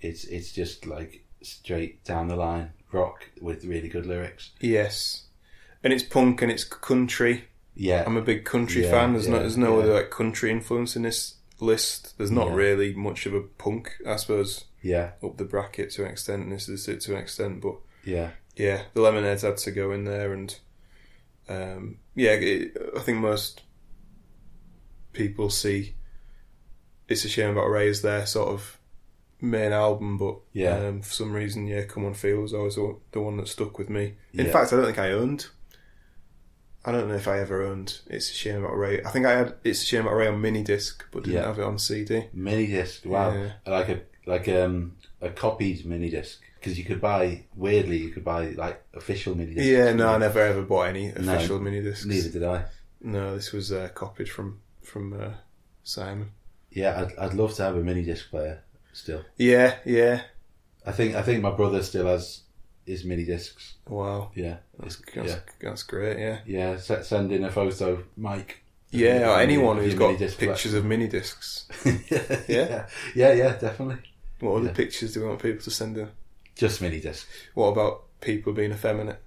S2: it's it's just like straight down the line rock with really good lyrics.
S1: Yes, and it's punk and it's country.
S2: Yeah,
S1: I'm a big country
S2: Yeah,
S1: fan. There's no
S2: yeah,
S1: there's no
S2: yeah.
S1: other like country influence in this list. There's not
S2: Yeah.
S1: really much of a punk, I suppose,
S2: yeah,
S1: up the bracket to an extent, and this is it to an extent. But
S2: yeah,
S1: yeah, the Lemonheads had to go in there, and um, yeah, it, I think most people see it's a shame about Ray is their sort of main album, but
S2: Yeah.
S1: um, for some reason, yeah, Come On Feel was always the the one that stuck with me. In
S2: Yeah.
S1: fact, I don't think I owned. I don't know if I ever owned It's a Shame About Ray. I think I had It's a Shame About Ray on mini disc, but didn't
S2: Yeah.
S1: have it on CD.
S2: mini disc. Wow,
S1: Yeah.
S2: like a like um a copied mini disc because you could buy weirdly you could buy like official mini discs.
S1: Yeah, no, I never ever bought any official mini discs.
S2: neither did I.
S1: No, this was uh, copied from from uh, Simon.
S2: Yeah, I'd, I'd love to have a mini disc player still.
S1: Yeah, yeah.
S2: I think I think my brother still has his mini discs.
S1: Wow,
S2: Yeah,
S1: that's,
S2: yeah.
S1: that's, that's great. Yeah,
S2: yeah. se- Send in a photo, Mike.
S1: yeah.
S2: Of
S1: or
S2: your-
S1: anyone
S2: of
S1: who's
S2: your
S1: got
S2: mini disc
S1: pictures of mini discs.
S2: <laughs> collection. yeah, yeah, yeah, definitely.
S1: What other
S2: Yeah.
S1: pictures do we want people to send in?
S2: Just mini discs.
S1: What about people being effeminate?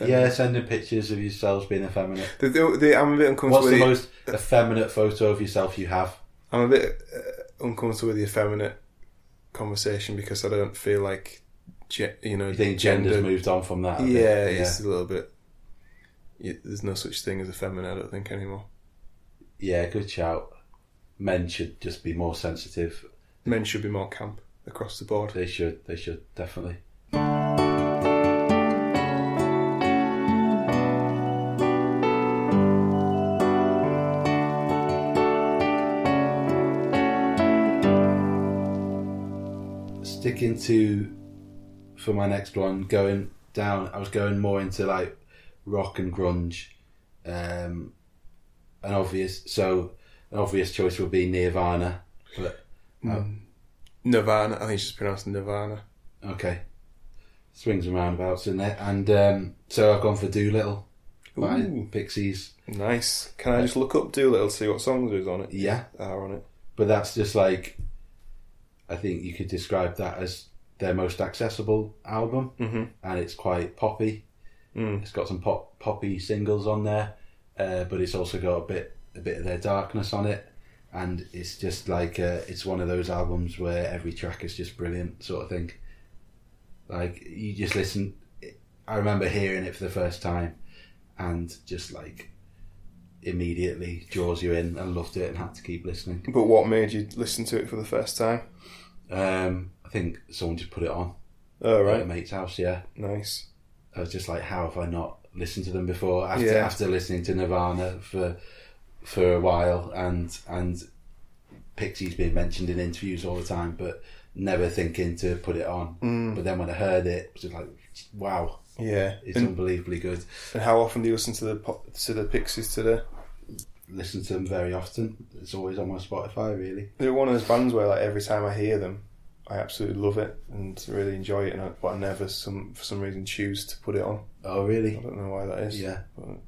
S2: Yeah, send in pictures of yourselves being effeminate.
S1: The, the, the, I'm a bit uncomfortable.
S2: What's
S1: With
S2: the
S1: the,
S2: most effeminate photo of yourself you have?
S1: I'm a bit uh, uncomfortable with the effeminate conversation because I don't feel like, ge- you know,
S2: You think gender's
S1: gender-
S2: moved on from that? a bit?
S1: Yeah, it's a little bit. y there's no such thing as effeminate, I don't think anymore.
S2: yeah. Good shout. Men should just be more sensitive.
S1: Men should be more camp across the board.
S2: They should. They should definitely. Sticking to for my next one, going down. I was going more into like rock and grunge. Um, an obvious so an obvious choice would be Nirvana, but
S1: Um, Nirvana, I think it's just pronounced Nirvana.
S2: Okay. Swings and roundabouts in there. And um, so I've gone for Doolittle by
S1: Ooh.
S2: Pixies.
S1: Nice. Can I just look up Doolittle to see what songs is on it?
S2: Yeah.
S1: Are on it.
S2: But that's just like, I think you could describe that as their most accessible album.
S1: Mm-hmm.
S2: And it's quite poppy.
S1: Mm.
S2: It's got some pop poppy singles on there. Uh, but it's also got a bit a bit of their darkness on it. And it's just like, uh, it's one of those albums where every track is just brilliant, sort of thing. Like, you just listen. I remember hearing it for the first time and just like immediately draws you in and loved it and had to keep listening.
S1: But what made you listen to it for the first time?
S2: Um, I think someone just put it on
S1: Oh,
S2: at a
S1: right.
S2: mate's house, yeah.
S1: Nice.
S2: I was just like, how have I not listened to them before? After
S1: Yeah.
S2: after listening to Nirvana for for a while and and Pixies being mentioned in interviews all the time, but never thinking to put it on.
S1: Mm.
S2: But then when I heard it, it was just like, wow,
S1: Yeah.
S2: it's
S1: And,
S2: unbelievably good.
S1: and how often do you listen to the po- to the Pixies today?
S2: Listen to them very often. It's always on my Spotify, really.
S1: They're one of those bands where like every time I hear them, I absolutely love it and really enjoy it, and I, but I never some for some reason choose to put it on.
S2: Oh,
S1: I
S2: really?
S1: don't know why that is.
S2: Yeah.
S1: But-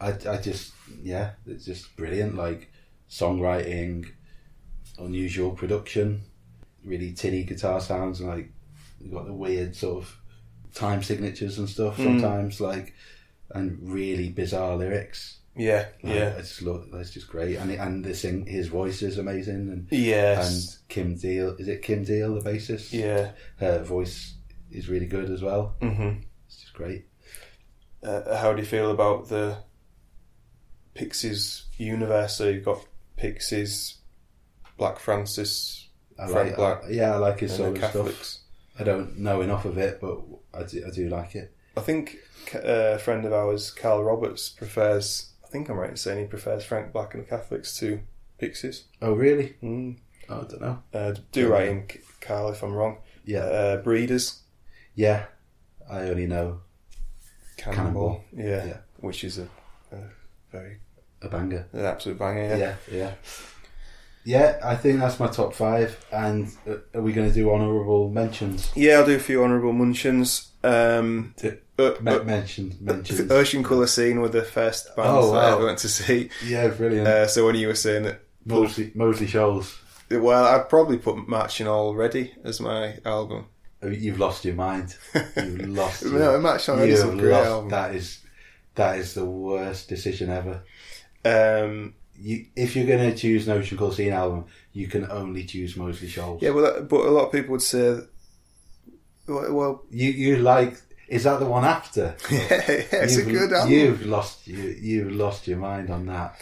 S2: I, I just, yeah, it's just brilliant. Like, songwriting, unusual production, really tinny guitar sounds, and like, you've got the weird sort of time signatures and stuff
S1: Hmm.
S2: sometimes, like, and really bizarre lyrics.
S1: Yeah.
S2: Like,
S1: Yeah.
S2: I just love, that's just great. And, and the sing, his voice is amazing. And,
S1: Yes.
S2: and Kim Deal, is it Kim Deal, the bassist?
S1: yeah.
S2: Her voice is really good as well.
S1: hmm
S2: It's just great.
S1: uh, how do you feel about the Pixies universe? So you've got Pixies, Black Francis,
S2: I
S1: Frank
S2: like,
S1: Black
S2: yeah, I like his
S1: and
S2: solo
S1: the
S2: stuff.
S1: Catholics.
S2: I don't know enough of it, but I do, I do like it.
S1: I think c- uh, a friend of ours, Carl Roberts, prefers. I think I'm right in saying he prefers Frank Black and the Catholics to Pixies.
S2: Oh, really?
S1: Mm.
S2: Oh, I don't know.
S1: Uh, do write in, C- Carl, if I'm wrong.
S2: Yeah,
S1: Uh, Breeders,
S2: yeah. I only know
S1: Cannonball, Yeah,
S2: Yeah.
S1: which is a, a very
S2: a banger.
S1: an absolute banger. Yeah.
S2: yeah, yeah. Yeah, I think that's my top five. And uh, are we going to do honourable mentions?
S1: Yeah, I'll do a few honourable mentions. Um,
S2: To-
S1: uh,
S2: Me-
S1: uh,
S2: mentioned, mentions.
S1: Ocean Colour Scene were the first band
S2: Oh,
S1: that I
S2: wow.
S1: ever went to see.
S2: yeah, brilliant.
S1: Uh, so when you were saying that,
S2: Mosley, Mosley Shoals.
S1: well, I'd probably put Marching Already as my album. <laughs>
S2: Oh, You've lost your mind. You've lost.
S1: No,
S2: your,
S1: Marching Already is a
S2: you've
S1: great
S2: lost-
S1: album.
S2: That is, that is the worst decision ever.
S1: Um,
S2: You, if you're going to choose an Ocean Call Scene album, you can only choose Mosley Shoals.
S1: yeah, well, that, but a lot of people would say, well, well <laughs>
S2: You, you like? Is that the one after?
S1: yeah, it's a
S2: You've-
S1: good album.
S2: You've lost you, you've lost your mind on that.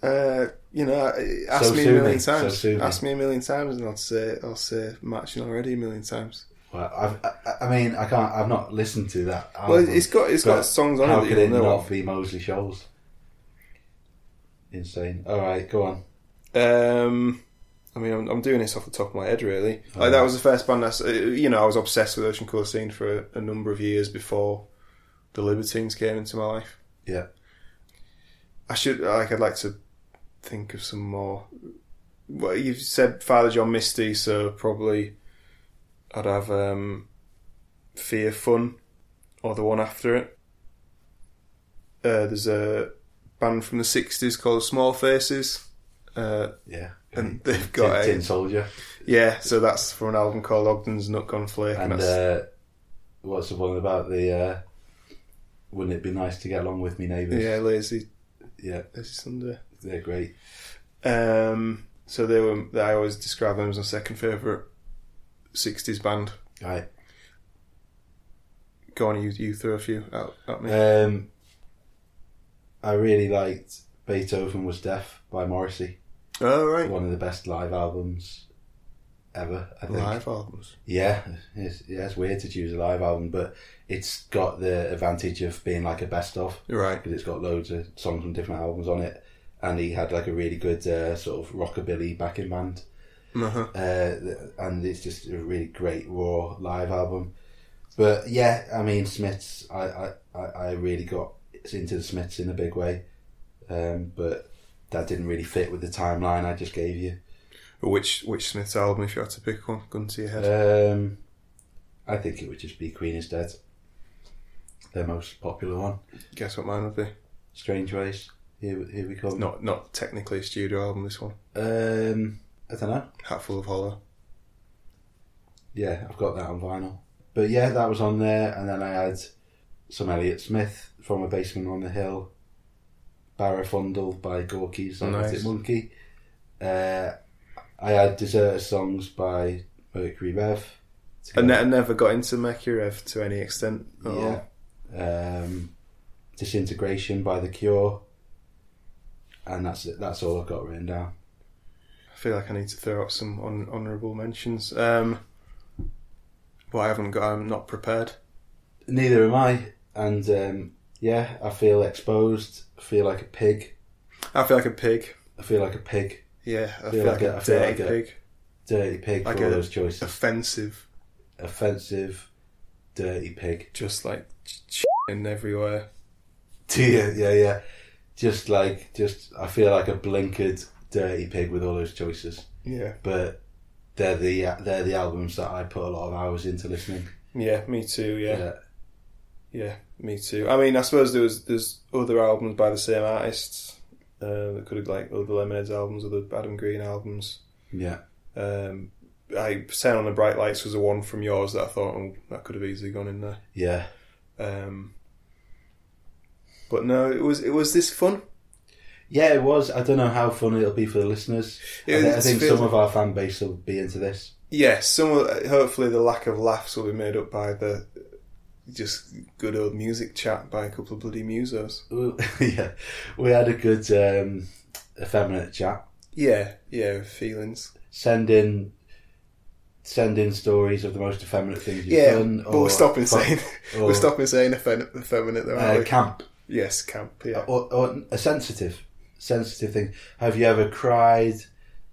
S1: Uh, you know, ask
S2: So
S1: me a
S2: soothing,
S1: million
S2: so
S1: times.
S2: soothing.
S1: ask me a million times, and I'll say I'll say matching already a million times.
S2: Well, I've, I, I mean, I can't. I've not listened to that. Album.
S1: Well, it's got it's got
S2: Oh, but
S1: songs on
S2: How
S1: it
S2: could
S1: that you
S2: it
S1: know.
S2: not
S1: of.
S2: be Mosley Shoals? Insane. All right, go on.
S1: Um, I mean, I'm, I'm doing this off the top of my head, really. Like that was the first band I, s- uh, you know, I was obsessed with Ocean Colour Scene for a, a number of years before the Libertines came into my life.
S2: Yeah.
S1: I should like I'd like to think of some more. Well, you've said Father John Misty, so probably I'd have um, Fear Fun or the one after it. Uh, there's a band from the '60s called Small Faces, uh,
S2: Yeah.
S1: and they've
S2: Tin,
S1: got
S2: Tin
S1: a,
S2: Soldier
S1: yeah. So that's from an album called Ogden's Nut Gone Flake, and,
S2: and
S1: that's,
S2: uh, what's the one about the? Uh, wouldn't it be nice to get along with me neighbours?
S1: yeah, Lazy
S2: yeah,
S1: Lazy Sunday.
S2: they're great.
S1: Um, so they were. I always describe them as my second favorite '60s band.
S2: All right.
S1: Go on, you you throw a few out at me.
S2: Um, I really liked Beethoven Was Deaf by Morrissey.
S1: oh right,
S2: One of the best live albums ever. I think.
S1: live albums.
S2: Yeah, it's, yeah, it's weird to choose a live album, but it's got the advantage of being like a best of
S1: Right.
S2: because it's got loads of songs from different albums on it. And he had like a really good uh, sort of rockabilly backing band,
S1: Uh-huh.
S2: uh, th- and it's just a really great raw live album. But yeah, I mean Smiths, I I, I I really got into the Smiths in a big way, um, but that didn't really fit with the timeline I just gave you.
S1: Which which Smith's album? If you had to pick one, gun to your head.
S2: Um, I think it would just be Queen is Dead. Their most popular one.
S1: Guess what mine would be?
S2: Strange Ways. Here, here we come.
S1: Not not technically a studio album. This one,
S2: Um, I don't know.
S1: Hatful of Hollow.
S2: Yeah, I've got that on vinyl. But yeah, that was on there, and then I had some Elliott Smith from a basement on the hill, Barrafundle by Gorky's Magnetic
S1: Nice.
S2: Monkey. Uh, I had Deserter Songs by Mercury Rev.
S1: I, ne- I never got into Mercurev to any extent. At
S2: Yeah.
S1: all.
S2: Um, Disintegration by The Cure. And that's it. That's all I've got written down.
S1: I feel like I need to throw out some hon- honourable mentions. Um, but I haven't got. I'm not prepared.
S2: Neither am I. And um, yeah, I feel exposed. I feel like a pig.
S1: I feel like a pig.
S2: I feel like a pig.
S1: Yeah, I feel, like, a,
S2: I feel
S1: dirty
S2: like a-
S1: pig.
S2: Dirty pig
S1: Like
S2: for all
S1: a-
S2: those <laughs> choices.
S1: Offensive,
S2: Offensive, dirty pig.
S1: just like ch- in everywhere.
S2: <laughs> yeah, yeah, yeah. Just like, just, I feel like a blinkered dirty pig with all those choices.
S1: Yeah.
S2: But they're the they're the albums that I put a lot of hours into listening.
S1: Yeah, me too. Yeah. yeah,
S2: Yeah.
S1: me too. I mean, I suppose there was there's other albums by the same artists uh, that could have like other Lemonheads albums, other Adam Green albums.
S2: yeah.
S1: Um, I Sound on the Bright Lights was the one from yours that I thought oh, that could have easily gone in there.
S2: Yeah.
S1: Um, but no, it was it was this fun.
S2: Yeah, it was. I don't know how fun it'll be for the listeners.
S1: It
S2: I, thi- I
S1: was-
S2: think some of our fan base will be into this. <laughs>
S1: yeah, some of, hopefully the lack of laughs will be made up by the just good old music chat by a couple of bloody musos.
S2: Ooh, yeah, we had a good um, effeminate chat.
S1: Yeah, yeah, feelings.
S2: Send in send in stories of the most effeminate things you've
S1: Yeah,
S2: done.
S1: but we're stopping saying <laughs>
S2: or-
S1: we're stopping saying effem- effeminate though. aren't
S2: Uh, oh,
S1: we?
S2: camp
S1: yes, camp. Yeah.
S2: or, or a sensitive, sensitive thing. Have you ever cried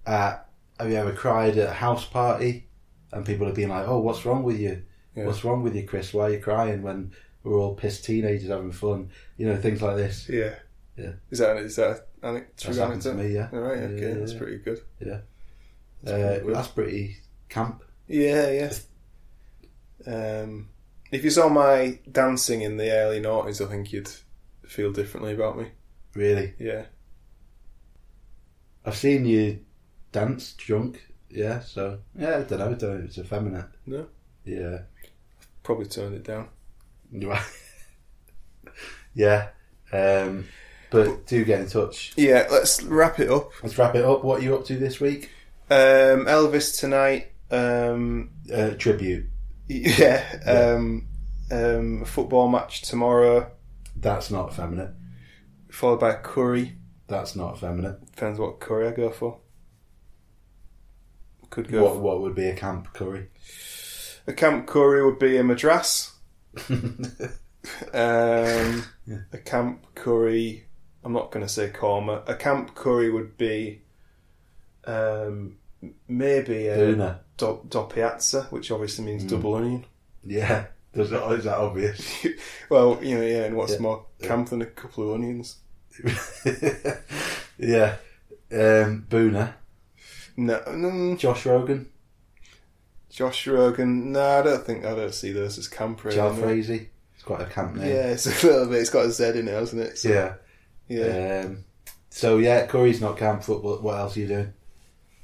S2: at? Have you ever cried at a house party? And people have been like, "Oh, what's wrong with you?
S1: Yeah.
S2: What's wrong with you, Chris? Why are you crying when we're all pissed teenagers having fun?" You know, things like this.
S1: Yeah.
S2: Yeah.
S1: Is that is that a ane- true
S2: That's happened to
S1: anecdote?
S2: me. Yeah,
S1: All right. Okay,
S2: Yeah,
S1: that's
S2: yeah.
S1: pretty good.
S2: Uh,
S1: pretty good.
S2: that's pretty camp.
S1: Yeah, yeah. Um, if you saw my dancing in the early noughties, I think you'd feel differently about me.
S2: Really,
S1: Yeah.
S2: I've seen you dance drunk. Yeah, so yeah, I don't know. I don't know. It's effeminate.
S1: No.
S2: Yeah.
S1: Probably turned it down.
S2: <laughs> yeah. Um, but do get in touch.
S1: Yeah, let's wrap it up.
S2: Let's wrap it up. What are you up to this week?
S1: Um, Elvis tonight. Um, <laughs>
S2: Uh, tribute.
S1: yeah. Um, um, football match tomorrow,
S2: That's not effeminate.
S1: followed by curry.
S2: That's not effeminate.
S1: Depends what curry I go for. Could go.
S2: What what would be a camp curry? <laughs>
S1: A camp curry would be a madras. Um,
S2: Yeah.
S1: A camp curry. I'm not going to say korma. A camp curry would be um, m- maybe a
S2: Duna.
S1: do, do piazza, which obviously
S2: Mm.
S1: means double onion.
S2: Yeah. Does that, is that obvious? <laughs>
S1: well, you know, yeah, and what's
S2: Yeah.
S1: more camp than a couple of onions?
S2: yeah. Um, Boona.
S1: No, mm,
S2: Josh Rogan.
S1: Josh Rogan. No, I don't think I don't see those as camp. Really,
S2: Jal
S1: no.
S2: Frazee. It's quite a camp name.
S1: Yeah, it's a little bit. It's got a Z in it, hasn't it? So,
S2: Yeah.
S1: yeah.
S2: Um, so yeah, curry's not camp football. What else are you doing?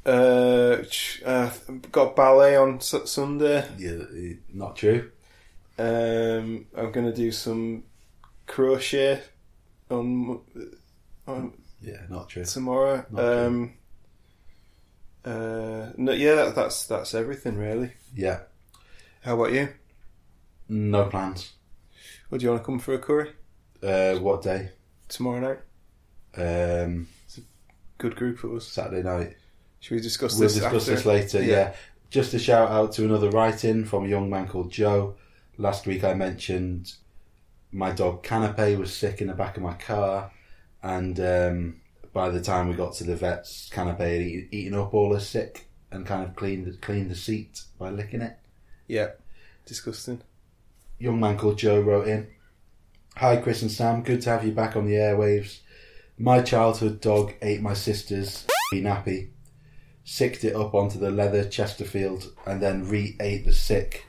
S1: Uh, ch- uh, got ballet on S- Sunday.
S2: Yeah, not true.
S1: Um, I'm gonna do some crochet on, on
S2: Yeah, not true.
S1: tomorrow.
S2: Not true.
S1: Um, uh, no, yeah, that, that's that's everything really.
S2: Yeah,
S1: How about you?
S2: no plans.
S1: Would you want to come for a curry
S2: Uh, what day?
S1: tomorrow night?
S2: Um,
S1: Good group of us.
S2: Saturday night.
S1: Should we discuss
S2: we'll
S1: this
S2: discuss
S1: after?
S2: this later.
S1: Yeah.
S2: Yeah. Just a shout out to another write-in from a young man called Joe. Last week I mentioned my dog Canape was sick in the back of my car, and um, by the time we got to the vets, Canape had eat, eaten up all her sick and kind of cleaned cleaned the seat by licking it.
S1: Yeah. Disgusting.
S2: young man called Joe wrote in Hi, Chris and Sam. Good to have you back on the airwaves. My childhood dog ate my sister's <laughs> nappy, sicked it up onto the leather Chesterfield, and then re ate the sick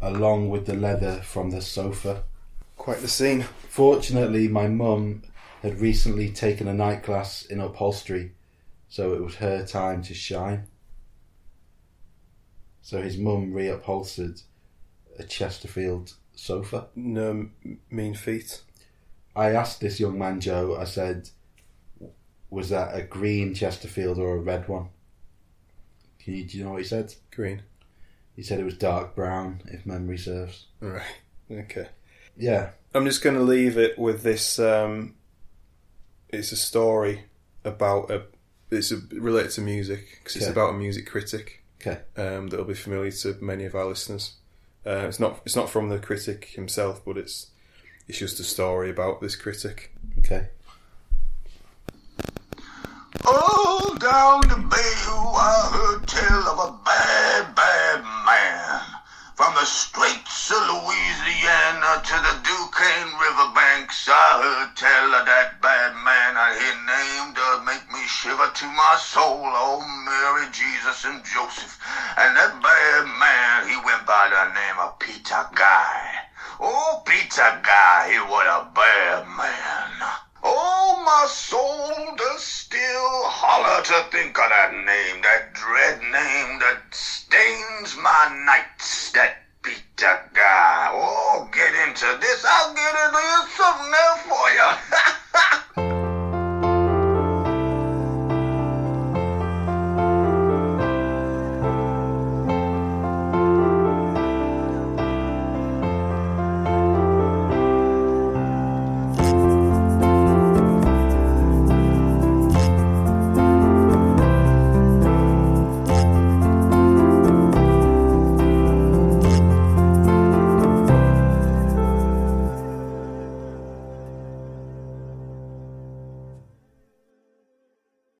S2: along with the leather from the sofa.
S1: Quite the scene.
S2: Fortunately, my mum had recently taken a night class in upholstery, so it was her time to shine. So his mum re upholstered a Chesterfield sofa.
S1: No m- mean feet.
S2: I asked this young man, Joe, I said, was that a green Chesterfield or a red one? Can you, do you know what he said?
S1: Green.
S2: He said it was dark brown, if memory serves.
S1: All right. Okay.
S2: Yeah,
S1: I'm just going to leave it with this. Um, it's a story about a. It's a, related to music because it's
S2: Okay.
S1: about a music critic.
S2: Okay.
S1: Um, that'll be familiar to many of our listeners. Uh, it's not. It's not from the critic himself, but it's. It's just a story about this critic.
S2: okay.
S3: Oh, down the bayou, I heard tell of a bad, bad man. From the straits of Louisiana to the Duquesne riverbanks, I heard tell of that bad man I hear named does make me shiver to my soul. Oh, Mary, Jesus, and Joseph. And that bad man, he went by the name of Peter Guy. Oh, Peter Guy, he was a bad man. Oh, my soul does still holler to think of that name, that dread name that stains my nights, that Peter guy. Oh, get into this. I'll get into you <laughs> something there for you.